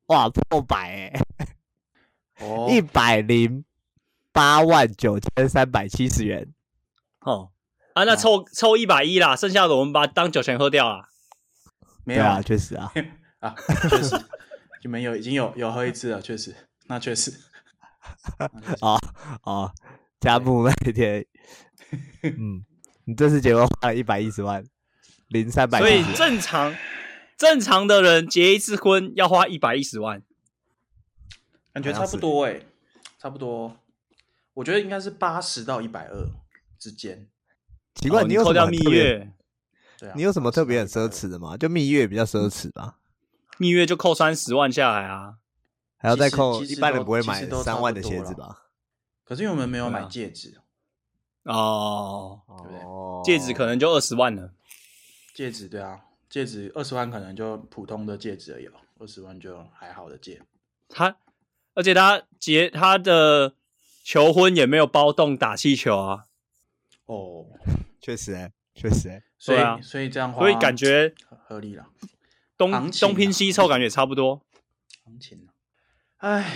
Speaker 1: 哇破百哎、
Speaker 3: 哦，
Speaker 1: 一百零八万九千三百七十元，
Speaker 2: 哦，啊，那凑凑一百一啦，剩下的我们把它当酒钱喝掉啦。
Speaker 3: 没
Speaker 1: 对
Speaker 3: 有
Speaker 1: 啊，确实 啊，
Speaker 3: 啊，确实 就没有，已经有有喝一次了，确实，那确实，
Speaker 1: 哦哦，加木那一 天，嗯，你这次结婚花了一百一十万，零三百
Speaker 2: 所
Speaker 1: 七
Speaker 2: 以
Speaker 1: 十，
Speaker 2: 正常正常的人结一次婚要花一百一十万，
Speaker 3: 感觉差不多哎、差不多，我觉得应该是八十到一百二之间，
Speaker 1: 奇怪，
Speaker 2: 哦
Speaker 1: 有
Speaker 2: 扣
Speaker 1: 什
Speaker 2: 掉
Speaker 1: 么
Speaker 2: 蜜
Speaker 1: 特别？
Speaker 2: 月，
Speaker 3: 对啊，
Speaker 1: 你有什么特别很奢
Speaker 3: 80
Speaker 1: 侈的吗？就蜜月比较奢侈吧，
Speaker 2: 蜜月就扣三十万下来啊。
Speaker 1: 还要再
Speaker 3: 其实
Speaker 1: 扣，
Speaker 3: 其实
Speaker 1: 一般人
Speaker 3: 都
Speaker 1: 不会
Speaker 3: 其
Speaker 1: 买
Speaker 3: 实都差
Speaker 1: 三
Speaker 3: 不
Speaker 1: 万的
Speaker 3: 多
Speaker 1: 鞋子
Speaker 3: 啦
Speaker 1: 吧？
Speaker 3: 可是因为我们没有
Speaker 2: 对
Speaker 3: 买
Speaker 2: 啊
Speaker 3: 戒指，
Speaker 2: 哦，
Speaker 3: 对不对
Speaker 1: 哦
Speaker 2: 戒指可能就二十万了。
Speaker 3: 戒指对啊，戒指二十万可能就普通的戒指而已哦，二十万就还好的戒，
Speaker 2: 他而且他结他的求婚也没有包动打气球啊，
Speaker 3: 哦，
Speaker 1: 确实哎、确实哎、
Speaker 3: 所以、
Speaker 2: 对啊
Speaker 3: 所以这样花，
Speaker 2: 所以感觉
Speaker 3: 合合理了，
Speaker 2: 东
Speaker 3: 行情啊
Speaker 2: 东拼西凑感觉也差不多，
Speaker 3: 行情啊，哎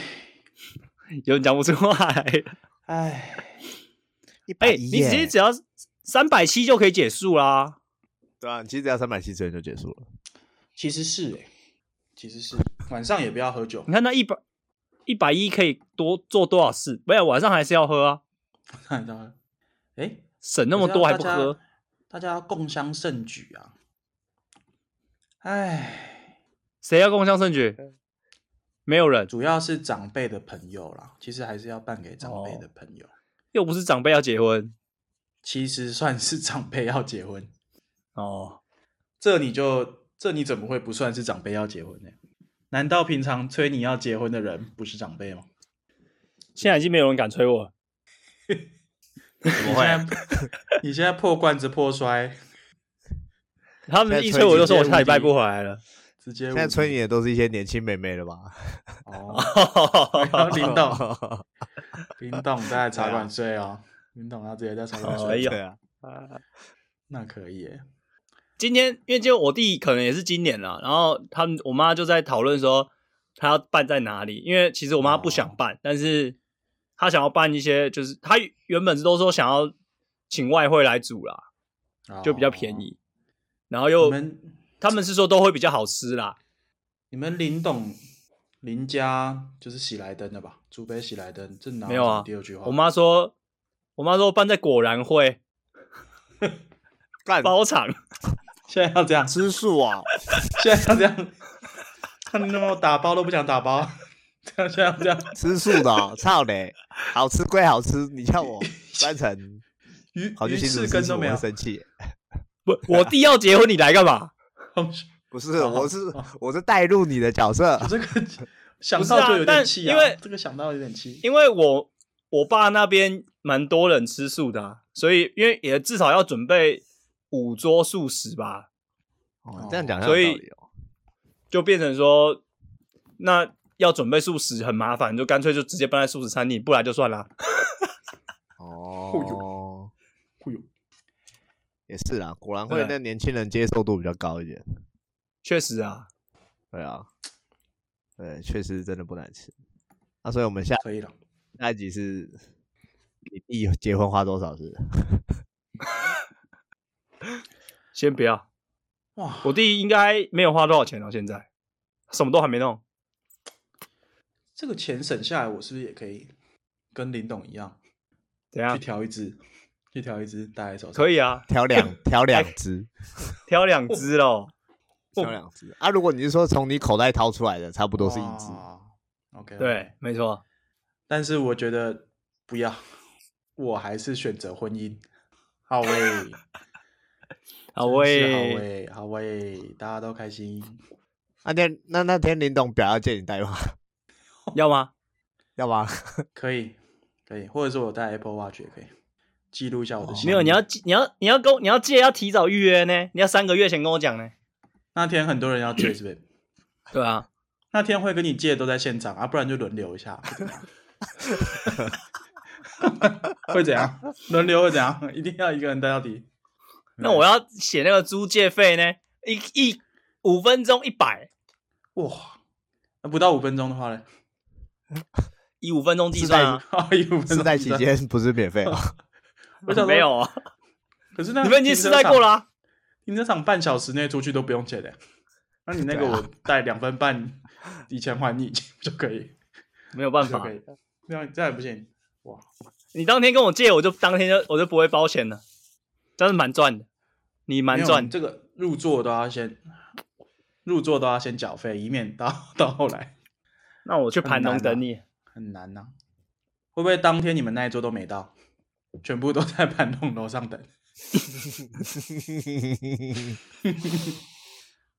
Speaker 2: 有点讲不出话来。
Speaker 3: 哎，
Speaker 1: 一百
Speaker 2: 哎、
Speaker 1: 一，
Speaker 2: 你直接只要三百七就可以结束啦。
Speaker 1: 对啊，你其实只要三百七十元就结束
Speaker 3: 哎
Speaker 1: 了。
Speaker 3: 其实是哎、其实是晚上也不要喝酒
Speaker 2: 你，看那一百一百一可以多做多少事？没有，晚上还是要喝啊，
Speaker 3: 看到了，哎。
Speaker 2: 省那么多还不喝？
Speaker 3: 大家要共襄盛举啊！哎，
Speaker 2: 谁要共襄盛举？没有人，
Speaker 3: 主要是长辈的朋友啦，其实还是要办给长
Speaker 2: 哦
Speaker 3: 辈的朋友。
Speaker 2: 又不是长辈要结婚
Speaker 3: 其实算是长辈要结婚，
Speaker 2: 哦。
Speaker 3: 这你就这你怎么会不算是长辈要结婚呢？难道平常催你要结婚的人不是长辈吗？
Speaker 2: 现在已经没有人敢催我了，
Speaker 3: 你现在你现在破罐子破摔，
Speaker 2: 他们一
Speaker 1: 现在
Speaker 2: 催
Speaker 1: 催
Speaker 2: 我就
Speaker 1: 直接
Speaker 2: 说我下礼拜
Speaker 3: 无敌
Speaker 2: 不回来了。
Speaker 3: 直接
Speaker 1: 现在催你的都是一些年轻妹妹了 吧？
Speaker 3: 哦，然后林董，林董在茶馆睡哦，林董他直接在茶馆
Speaker 2: 哦哎
Speaker 3: 睡，
Speaker 2: 呦
Speaker 1: 对啊，
Speaker 3: 那可以耶。
Speaker 2: 今天因为今天我弟可能也是今年了，然后他们我妈就在讨论说她要办在哪里，因为其实我妈不想办，但是她想要办一些，就是她原本都说想要请外汇来煮啦，就比较便宜，然后
Speaker 3: 哦哦。你
Speaker 2: 又
Speaker 3: 们
Speaker 2: 他们是说都会比较好吃啦，
Speaker 3: 你们林董林家就是喜来登的吧？竹北喜来登，这哪
Speaker 2: 没有啊
Speaker 3: 什么第二句话，
Speaker 2: 我妈说，我妈说办在果然会
Speaker 1: 干
Speaker 2: 包场，
Speaker 3: 现在要这样，
Speaker 1: 吃素啊！
Speaker 3: 现在要这样， 他那么打包都不想打包， 这样现在要这样，
Speaker 1: 吃素的、哦，操嘞！好吃归好吃，你叫 我三成
Speaker 3: 鱼
Speaker 1: 跑
Speaker 3: 鱼
Speaker 1: 去新
Speaker 3: 翅
Speaker 1: 竹
Speaker 3: 根
Speaker 1: 吃
Speaker 3: 都
Speaker 1: 素，我
Speaker 3: 没有
Speaker 1: 会，生 气。
Speaker 2: 不，我弟要结婚，你来干嘛？
Speaker 1: 不是，我是
Speaker 3: 哦，
Speaker 1: 我是带入你的角色
Speaker 3: 这个
Speaker 2: 啊
Speaker 3: 想
Speaker 2: 不是啊
Speaker 3: 到就有点
Speaker 2: 但
Speaker 3: 气
Speaker 2: 因为
Speaker 3: 这个想到有点气，
Speaker 2: 因为我我爸那边蛮多人吃素的啊、所以因为也至少要准备五桌素食吧，
Speaker 1: 哦、这样讲很有
Speaker 2: 所以
Speaker 1: 道理哦。
Speaker 2: 就变成说那要准备素食很麻烦，就干脆就直接搬在素食餐厅，不来就算啦。
Speaker 1: 哦，
Speaker 3: 哎呦
Speaker 1: 也是啦，果然
Speaker 2: 对
Speaker 1: 会那年轻人接受度比较高一点。
Speaker 2: 确实啊，
Speaker 1: 对啊，对，确实真的不难吃。那、所以我们下
Speaker 3: 可以了，
Speaker 1: 下一集是你弟结婚花多少是？
Speaker 2: 先不要，
Speaker 3: 哇，
Speaker 2: 我弟应该没有花多少钱哦、现在什么都还没弄。
Speaker 3: 这个钱省下来，我是不是也可以跟林董一样
Speaker 2: 怎
Speaker 3: 去
Speaker 2: 样？
Speaker 3: 调一只，去调一只戴在手上？
Speaker 2: 啊可
Speaker 3: 以，
Speaker 2: 以啊，
Speaker 1: 挑两挑两只，
Speaker 2: 挑两只喽。
Speaker 1: 挑两只啊。如果你是说从你口袋掏出来的，差不多是一只。
Speaker 3: OK，，
Speaker 2: 对，没错，
Speaker 3: 但是我觉得不要，我还是选择婚姻。好 喂，
Speaker 2: 好
Speaker 3: 真是好
Speaker 2: 喂，
Speaker 3: 喂，好喂，大家都开心。
Speaker 1: 那天那那天林董表要借你带吗？
Speaker 2: 要吗？
Speaker 1: 要吗？
Speaker 3: 可以，可以，或者是我带 Apple Watch 也可以记录一下我的心意。
Speaker 2: 哦没有，你要记你要你要跟我你要记得要提早预约呢，你要三个月前跟我讲呢。
Speaker 3: 那天很多人要借，是不是？
Speaker 2: 对啊，
Speaker 3: 那天会跟你借都在现场啊，不然就轮流一下。 会怎样？轮流会怎样？一定要一个人带到底。
Speaker 2: 那
Speaker 3: 嗯
Speaker 2: 我要写那个租借费呢，一一五分钟一百，
Speaker 3: 哇，那不到五分钟的话呢？
Speaker 2: 以五分钟计算啊，
Speaker 3: 啊， 一五分钟
Speaker 1: 试戴期
Speaker 3: 真的，
Speaker 1: 间不是免费哦吗？
Speaker 3: 我想说
Speaker 2: 没有啊，
Speaker 3: 可是那
Speaker 2: 你们已经
Speaker 3: 停
Speaker 2: 试
Speaker 3: 车
Speaker 2: 戴
Speaker 3: 场
Speaker 2: 过了、啊，
Speaker 3: 停车场半小时内出去都不用钱的。那你那个
Speaker 1: 对啊
Speaker 3: 我带两分半，以前还你就可以，
Speaker 2: 没有办
Speaker 3: 就
Speaker 2: 法
Speaker 3: 可，以。这样这样也不行，哇，
Speaker 2: 你当天跟我借，我就当天就我就不会包险了，这样是蛮赚的，你蛮
Speaker 3: 没有
Speaker 2: 赚
Speaker 3: 你
Speaker 2: 的，
Speaker 3: 这个入座都要先入座都要先缴费，以免到到后来
Speaker 2: 那我去盘龙
Speaker 3: 很难啊
Speaker 2: 等你，
Speaker 3: 很难呐、会不会当天你们那一桌都没到，全部都在盘弄楼上等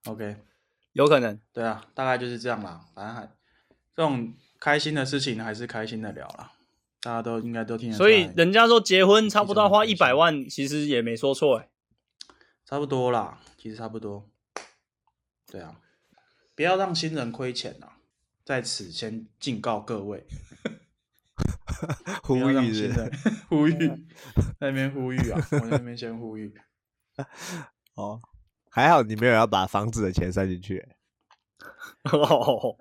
Speaker 3: ？OK，
Speaker 2: 有可能。
Speaker 3: 对啊，大概就是这样啦。反正还这种开心的事情还是开心的聊啦，大家都应该都听得出
Speaker 2: 所
Speaker 3: 来。
Speaker 2: 以人家说结婚差不多要花
Speaker 3: 一
Speaker 2: 一
Speaker 3: 种
Speaker 2: 百
Speaker 3: 很
Speaker 2: 万，其实也没说错 哎。
Speaker 3: 差不多啦，其实差不多。对啊，不要让新人亏钱啊！在此先警告各位，
Speaker 1: 呼
Speaker 3: 不要让
Speaker 1: 吁
Speaker 3: 新
Speaker 1: 是
Speaker 3: 人 呼
Speaker 2: 啊
Speaker 3: 吁，在那边呼吁啊，我在那边先呼吁。
Speaker 1: 哦，还好你没有要把房子的钱算进去。欸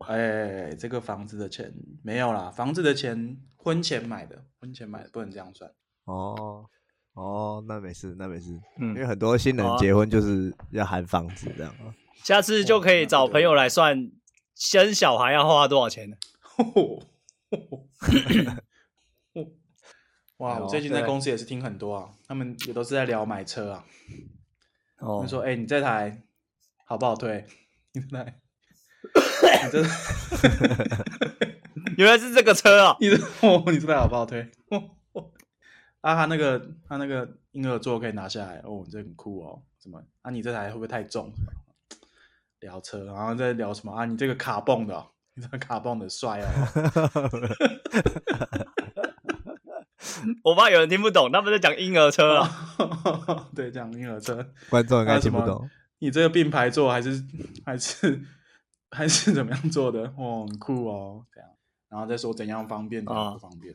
Speaker 3: 哎，这个房子的钱没有啦，房子的钱婚前买的，婚前买的不能这样算。
Speaker 1: 哦哦，那没事，那没事，因为
Speaker 2: 嗯，
Speaker 1: 很多新
Speaker 2: 好
Speaker 1: 人
Speaker 2: 啊
Speaker 1: 结婚就是要含房子这样啊。
Speaker 2: 下次就
Speaker 3: 哦
Speaker 2: 可以找朋友来算生小孩要花多少钱了。
Speaker 3: 哇，
Speaker 1: 哎呦
Speaker 3: 我最近在
Speaker 1: 对
Speaker 3: 公司也是听很多啊，他们也都是在聊买车啊。
Speaker 2: 哦
Speaker 3: 他说：“哎、你这台好不好推？ 你这 台，你这，！
Speaker 2: 原来是这个车啊
Speaker 3: 你这，哦，你这台好不好推？ 哦哦啊，他那个他那个婴儿座可以拿下来哦，这很酷哦。什么？啊，你这台会不会太重？聊车，然后再聊什么啊？你这个卡泵的哦、你这个卡泵的帅哦。
Speaker 2: 我怕有人听不懂，他们在讲婴儿车 啊。
Speaker 3: 对，这样婴儿车，
Speaker 1: 观众应
Speaker 3: 还
Speaker 1: 该
Speaker 3: 有什
Speaker 1: 听不
Speaker 3: 么
Speaker 1: 懂。
Speaker 3: 你这个并排坐还是还是还是怎么样做的？哦，很酷哦，这样，然后再说怎样方便，怎样
Speaker 2: 啊
Speaker 3: 不方便。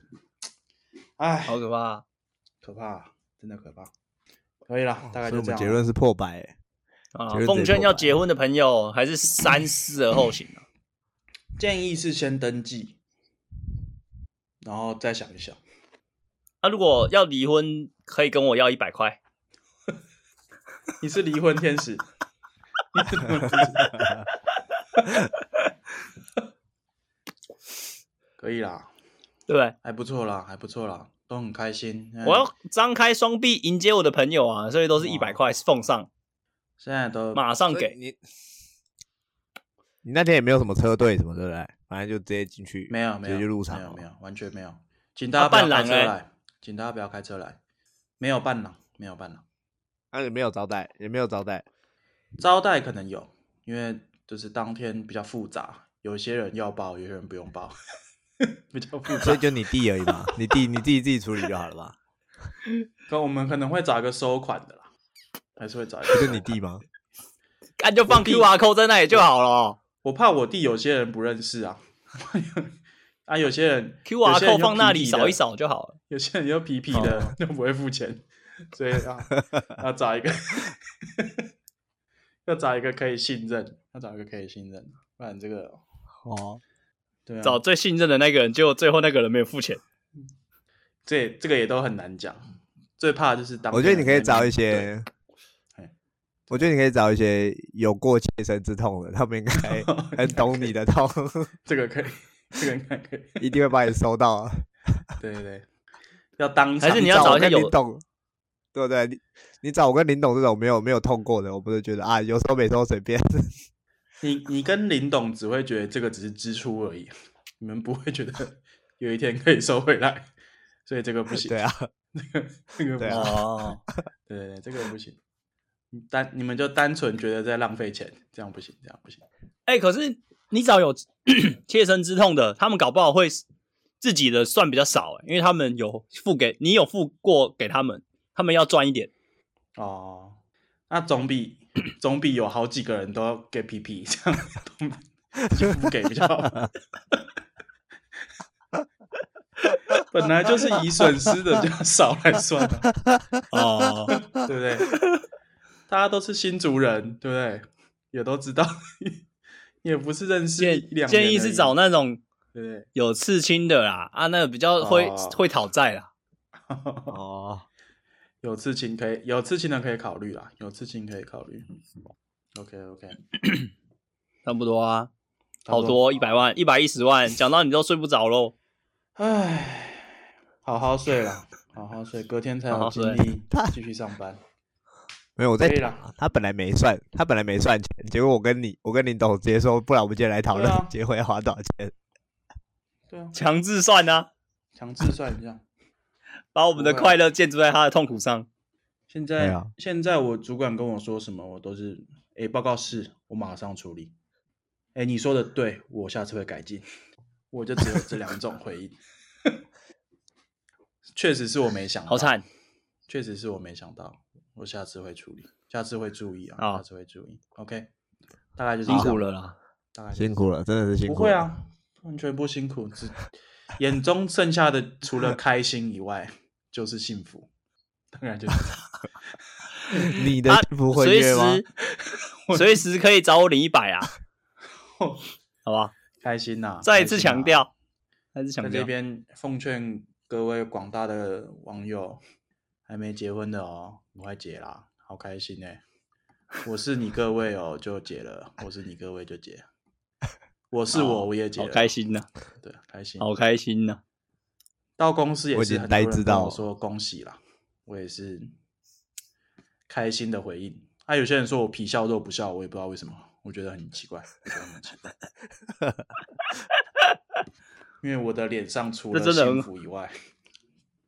Speaker 3: 哎、
Speaker 2: 好可怕！啊
Speaker 3: 可怕，啊真的可怕。可以啦，大概
Speaker 1: 哦所以
Speaker 3: 就
Speaker 1: 我们
Speaker 3: 这样。啊
Speaker 1: 结论是破百欸，
Speaker 2: 啊
Speaker 1: 结论直接，
Speaker 2: 奉劝
Speaker 1: 破
Speaker 2: 要
Speaker 1: 百
Speaker 2: 结婚的朋友还是三思而后行啊。
Speaker 3: 建议是先登记，然后再想一想。
Speaker 2: 那如果要离婚，可以跟我要一百块。
Speaker 3: 你是离婚天使，你是离婚天使。 可以啦，
Speaker 2: 对不对？
Speaker 3: 还不错啦，还不错啦，都很开心。
Speaker 2: 我要张开双臂迎接我的朋友啊，所以都是
Speaker 3: 嗯哇
Speaker 2: 一百块奉上，
Speaker 3: 现在都
Speaker 2: 马上
Speaker 1: 所以
Speaker 2: 给。
Speaker 1: 你。你那天也没有什么车队什么，对不对？反正就直接进去，
Speaker 3: 没有没
Speaker 1: 直
Speaker 3: 有
Speaker 1: 接就入场哦了，
Speaker 3: 没有没有完全没有，请大家
Speaker 2: 啊
Speaker 3: 不要
Speaker 2: 伴郎
Speaker 3: 开车
Speaker 2: 嘞
Speaker 3: 来，请大家不要开车来，没有伴郎，没有伴郎，
Speaker 1: 啊，也没有招待，也没有招待，
Speaker 3: 招待可能有，因为就是当天比较复杂，有些人要报，有些人不用报， 比较复
Speaker 1: 所以
Speaker 3: 杂。
Speaker 1: 就你弟而已 嘛，你弟你弟自己处理就好了吧？
Speaker 3: 可我们可能会找一个收款的啦，还是会找一
Speaker 1: 不
Speaker 3: 个。
Speaker 1: 就你弟吗？
Speaker 2: 那就放
Speaker 3: 我弟
Speaker 2: QR code 在那里就好了哦。
Speaker 3: 我怕我弟有些人不认识啊， 啊，有些人
Speaker 2: QR
Speaker 3: 有些人
Speaker 2: code
Speaker 3: 就
Speaker 2: 放那里
Speaker 3: 皮皮的
Speaker 2: 扫一扫就好了。
Speaker 3: 有些人又皮皮
Speaker 1: 哦
Speaker 3: 的， 就不会付钱，所以 要要找一个， 要找一个可以信任，要找一个可以信任，不然这个
Speaker 1: 哦，
Speaker 3: 对啊，
Speaker 2: 找最信任的那个人，结果最后那个人没有付钱。
Speaker 3: 这这个也都很难讲。最怕就是当
Speaker 1: 我觉得你可以找一
Speaker 3: 对
Speaker 1: 些
Speaker 3: 对哎，
Speaker 1: 我觉得你可以找一些有过切身之痛的，他们应 该很懂你的痛，
Speaker 3: 这个可以，这个应该可以，
Speaker 1: 一定会把你收到啊。
Speaker 3: 对对对，要当场
Speaker 2: 还是你要
Speaker 1: 啊我
Speaker 2: 找一
Speaker 1: 看
Speaker 2: 些
Speaker 1: 你
Speaker 2: 有
Speaker 1: 懂，对不对？你你找我跟林董这种没有没有痛过的，我不是觉得啊，有时候没时候随便。
Speaker 3: 你你跟林董只会觉得这个只是支出而已，你们不会觉得有一天可以收回来，所以这个不行。
Speaker 1: 对啊，
Speaker 3: 这个不
Speaker 1: 对
Speaker 3: 行
Speaker 1: 啊
Speaker 2: 哦，
Speaker 3: 对对对，这个不行。嗯单你们就单纯觉得在浪费钱，这样不行，这样不行。
Speaker 2: 哎、可是你找有 切身之痛的，他们搞不好会自己的算比较少、欸，因为他们有付给你有付过给他们，他们要赚一点。
Speaker 3: 哦，那总比总比有好几个人都要给 PP 这样都就不给比较好。 本来就是以损失的就要少来算了，
Speaker 2: 哦，
Speaker 3: 对不对？ 大家都是新族人，对不对？也都知道，也不是认识一
Speaker 2: 建
Speaker 3: 两
Speaker 2: 建议
Speaker 3: 年而
Speaker 2: 是
Speaker 3: 已
Speaker 2: 找那种
Speaker 3: 对不对？
Speaker 2: 有刺青的啦，啊，那个比较会、
Speaker 3: 哦
Speaker 2: 会讨债啦。
Speaker 1: 哦，
Speaker 3: 有刺青可以，有刺青的可以考虑啦，有刺青可以考
Speaker 2: 嗯
Speaker 3: 虑。OK OK，
Speaker 2: 差不多啊，
Speaker 3: 差不
Speaker 2: 好多一百万、一百一十万，讲到你都睡不着喽。
Speaker 3: 唉，好好睡啦，好好睡，隔天才
Speaker 2: 好
Speaker 3: 有
Speaker 2: 好
Speaker 3: 精
Speaker 2: 睡
Speaker 3: 力继续上 班。
Speaker 1: 没有我
Speaker 3: 可
Speaker 1: 在
Speaker 3: 以
Speaker 1: 讲
Speaker 3: 啦
Speaker 1: 啊，他本来没算，他本来没算钱，结果我跟你我跟林董直接说，不然我们今天来讨论
Speaker 3: 对啊
Speaker 1: 结婚要花多少钱。
Speaker 3: 对啊，
Speaker 2: 强制算啊，
Speaker 3: 强制算一下。
Speaker 2: 把我们的
Speaker 3: 不会啊
Speaker 2: 快乐建筑在他的痛苦上。哎
Speaker 3: 现
Speaker 1: 对
Speaker 3: 在、
Speaker 1: 啊
Speaker 3: 现在我主管跟我说什么，我都是哎报告是，我马上处理。哎，你说的对，我下次会改进。我就只有这两种回应， 确实是我没想到，
Speaker 2: 好惨，
Speaker 3: 确实是我没想到，我下次会处理，下次会注意啊，
Speaker 2: 好
Speaker 3: 下次会注意。OK，大概就是
Speaker 2: 辛
Speaker 3: 这样
Speaker 2: 苦了，啦。
Speaker 3: 大概就是
Speaker 1: 辛苦了，真的是辛苦。
Speaker 3: 不会，啊，完全不辛苦，只眼中剩下的除了开心以外就是幸福，当然就是这样
Speaker 1: 你的幸福会
Speaker 2: 啊随
Speaker 1: 越吗？
Speaker 2: 时 随时可以找我领一百啊，好吧？
Speaker 3: 开心呐、
Speaker 2: 再一次
Speaker 3: 开心啊
Speaker 2: 强，调，再一次
Speaker 3: 在
Speaker 2: 强
Speaker 3: 这
Speaker 2: 调，
Speaker 3: 边奉劝各位广大的网友，还没结婚的哦，赶快结啦，好开心哎、我是你各位哦，就结了；我是你各位就结，我是我我也结
Speaker 2: 哦好
Speaker 3: 了，
Speaker 2: 开，心呐，
Speaker 3: 对，开心，
Speaker 2: 好开心啊呐！
Speaker 3: 到公司也
Speaker 1: 我已
Speaker 3: 是
Speaker 1: 经
Speaker 3: 很多
Speaker 1: 呆
Speaker 3: 人
Speaker 1: 滞
Speaker 3: 跟
Speaker 1: 到
Speaker 3: 我
Speaker 1: 了
Speaker 3: 说恭喜啦，我也是开心的回应。啊，有些人说我皮笑肉不笑，我也不知道为什么，我觉得很奇怪，我觉得很奇怪，因为我的脸上除
Speaker 2: 这
Speaker 3: 了
Speaker 2: 真的很
Speaker 3: 幸福以外，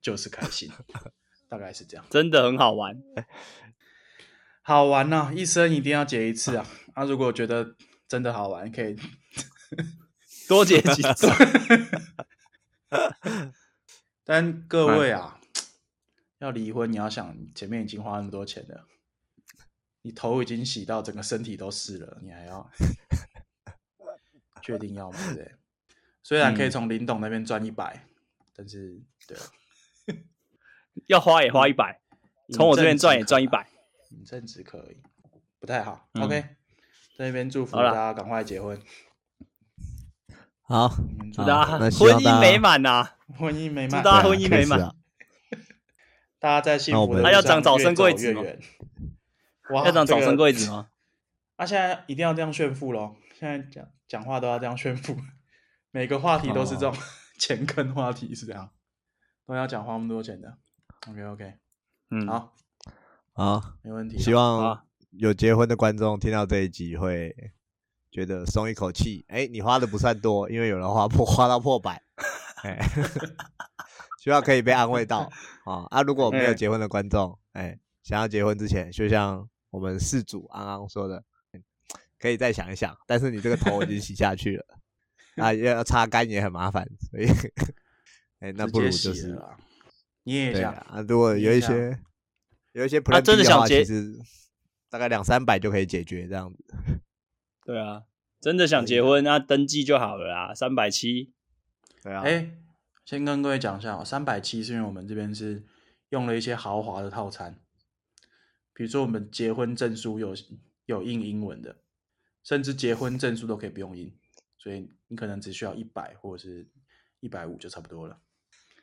Speaker 3: 就是开心， 大概是这样。
Speaker 2: 真的很好玩，
Speaker 3: 好玩呐、一生一定要结一次啊！啊，如果觉得真的好玩，可以
Speaker 2: 多解几次。
Speaker 3: 但各位啊，要离婚，你要想前面已经花那么多钱了，你头已经洗到整个身体都湿了，你还要确定要吗？对不对？虽然可以
Speaker 2: 嗯
Speaker 3: 从林董那边赚一百，但是对，
Speaker 2: 要花也花一百，从我这边赚也赚一百，
Speaker 3: 饮鸩止渴而已，不太好。
Speaker 2: 嗯
Speaker 3: OK，在那边祝福
Speaker 2: 好啦
Speaker 3: 大家赶快结婚，
Speaker 1: 好，
Speaker 3: 你们祝
Speaker 1: 好
Speaker 2: 大家
Speaker 1: 啊那
Speaker 2: 啊婚
Speaker 1: 希望大
Speaker 2: 姻
Speaker 1: 家
Speaker 2: 美满啊呐，
Speaker 3: 婚姻美满，
Speaker 2: 祝大
Speaker 1: 对
Speaker 2: 家
Speaker 1: 啊
Speaker 2: 婚姻
Speaker 1: 确
Speaker 2: 美
Speaker 1: 实
Speaker 2: 满
Speaker 1: 啊
Speaker 3: 大家在幸
Speaker 1: 那我
Speaker 3: 福的
Speaker 1: 们
Speaker 3: 路
Speaker 1: 还
Speaker 2: 要
Speaker 3: 上
Speaker 2: 长早
Speaker 3: 越
Speaker 2: 生
Speaker 3: 走
Speaker 2: 贵子
Speaker 3: 越
Speaker 2: 吗
Speaker 3: 远。哇
Speaker 2: 要长早
Speaker 3: 这
Speaker 2: 生
Speaker 3: 个
Speaker 2: 贵子吗？
Speaker 3: 啊，现在一定要这样炫富咯，现在讲讲话都要这样炫富， 每个话题都是这
Speaker 1: 哦
Speaker 3: 种 钱坑话题，是这样，都要讲花那么多钱的。OK OK，
Speaker 2: 嗯，
Speaker 3: 好，
Speaker 1: 好，
Speaker 3: 没问题。
Speaker 1: 希
Speaker 2: 好
Speaker 1: 望
Speaker 2: 啊
Speaker 1: 有结婚的观众听到这一集会觉得松一口气。哎，你花的不算多， 因为有人花破花到破百。哎， 希望可以被安慰 到啊啊！如果没有
Speaker 3: 哎
Speaker 1: 结婚的观众，哎，想要结婚之前，就像我们事主安安说的，可以再想一想。但是你这个头已经洗下 去了，啊，要擦干也很麻烦，所以， 哎，那
Speaker 3: 直
Speaker 1: 不
Speaker 3: 接
Speaker 1: 如
Speaker 3: 洗
Speaker 1: 就
Speaker 3: 了啊
Speaker 1: 是
Speaker 3: 啦捏一
Speaker 1: 对
Speaker 3: 下，
Speaker 1: 啊，如果有
Speaker 3: 捏
Speaker 1: 一
Speaker 3: 一下
Speaker 1: 些有一些 Plan
Speaker 2: 啊
Speaker 1: B
Speaker 2: 真的想
Speaker 1: 话，
Speaker 2: 结
Speaker 1: 其实大概两三百就可以解决这样子。
Speaker 2: 对啊，真的想结婚那登记就好了啦，三百七，
Speaker 1: 对啊，
Speaker 3: 哎、先跟各位讲一下、哦，三百七是因为我们这边是用了一些豪华的套餐，比如说我们结婚证书有有印英文的，甚至结婚证书都可以不用印，所以你可能只需要一百或者是一百五就差不多了。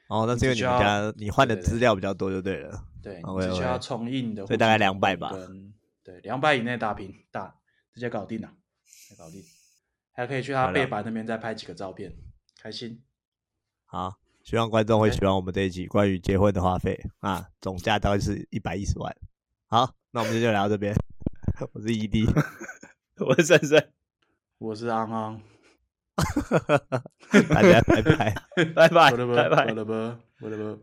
Speaker 1: 哦，那是因为
Speaker 3: 只
Speaker 1: 你
Speaker 3: 需
Speaker 1: 们
Speaker 3: 要
Speaker 1: 家你换的
Speaker 3: 对对对
Speaker 1: 资料比较多就对了。
Speaker 3: 对，
Speaker 1: OK，
Speaker 3: 你只需要
Speaker 1: OK
Speaker 3: 冲印的户
Speaker 1: 所以
Speaker 3: 籍跸跟，
Speaker 1: 大概200吧
Speaker 3: 对，两百以内打平，大直接搞定了，直接搞定。还可以去他
Speaker 1: 好了
Speaker 3: 背板那边再拍几个照片，开心。
Speaker 1: 好，希望观众会
Speaker 3: OK
Speaker 1: 喜欢我们这一集关于结婚的花费啊，总价大概是一百一十万。好，那我们今天就聊到这边。 我是 E ED，
Speaker 2: 我是珊珊，
Speaker 3: 我是昂昂，
Speaker 1: 大家拜拜。
Speaker 2: 拜拜，
Speaker 3: 我的
Speaker 2: 拜拜
Speaker 3: 我。的我的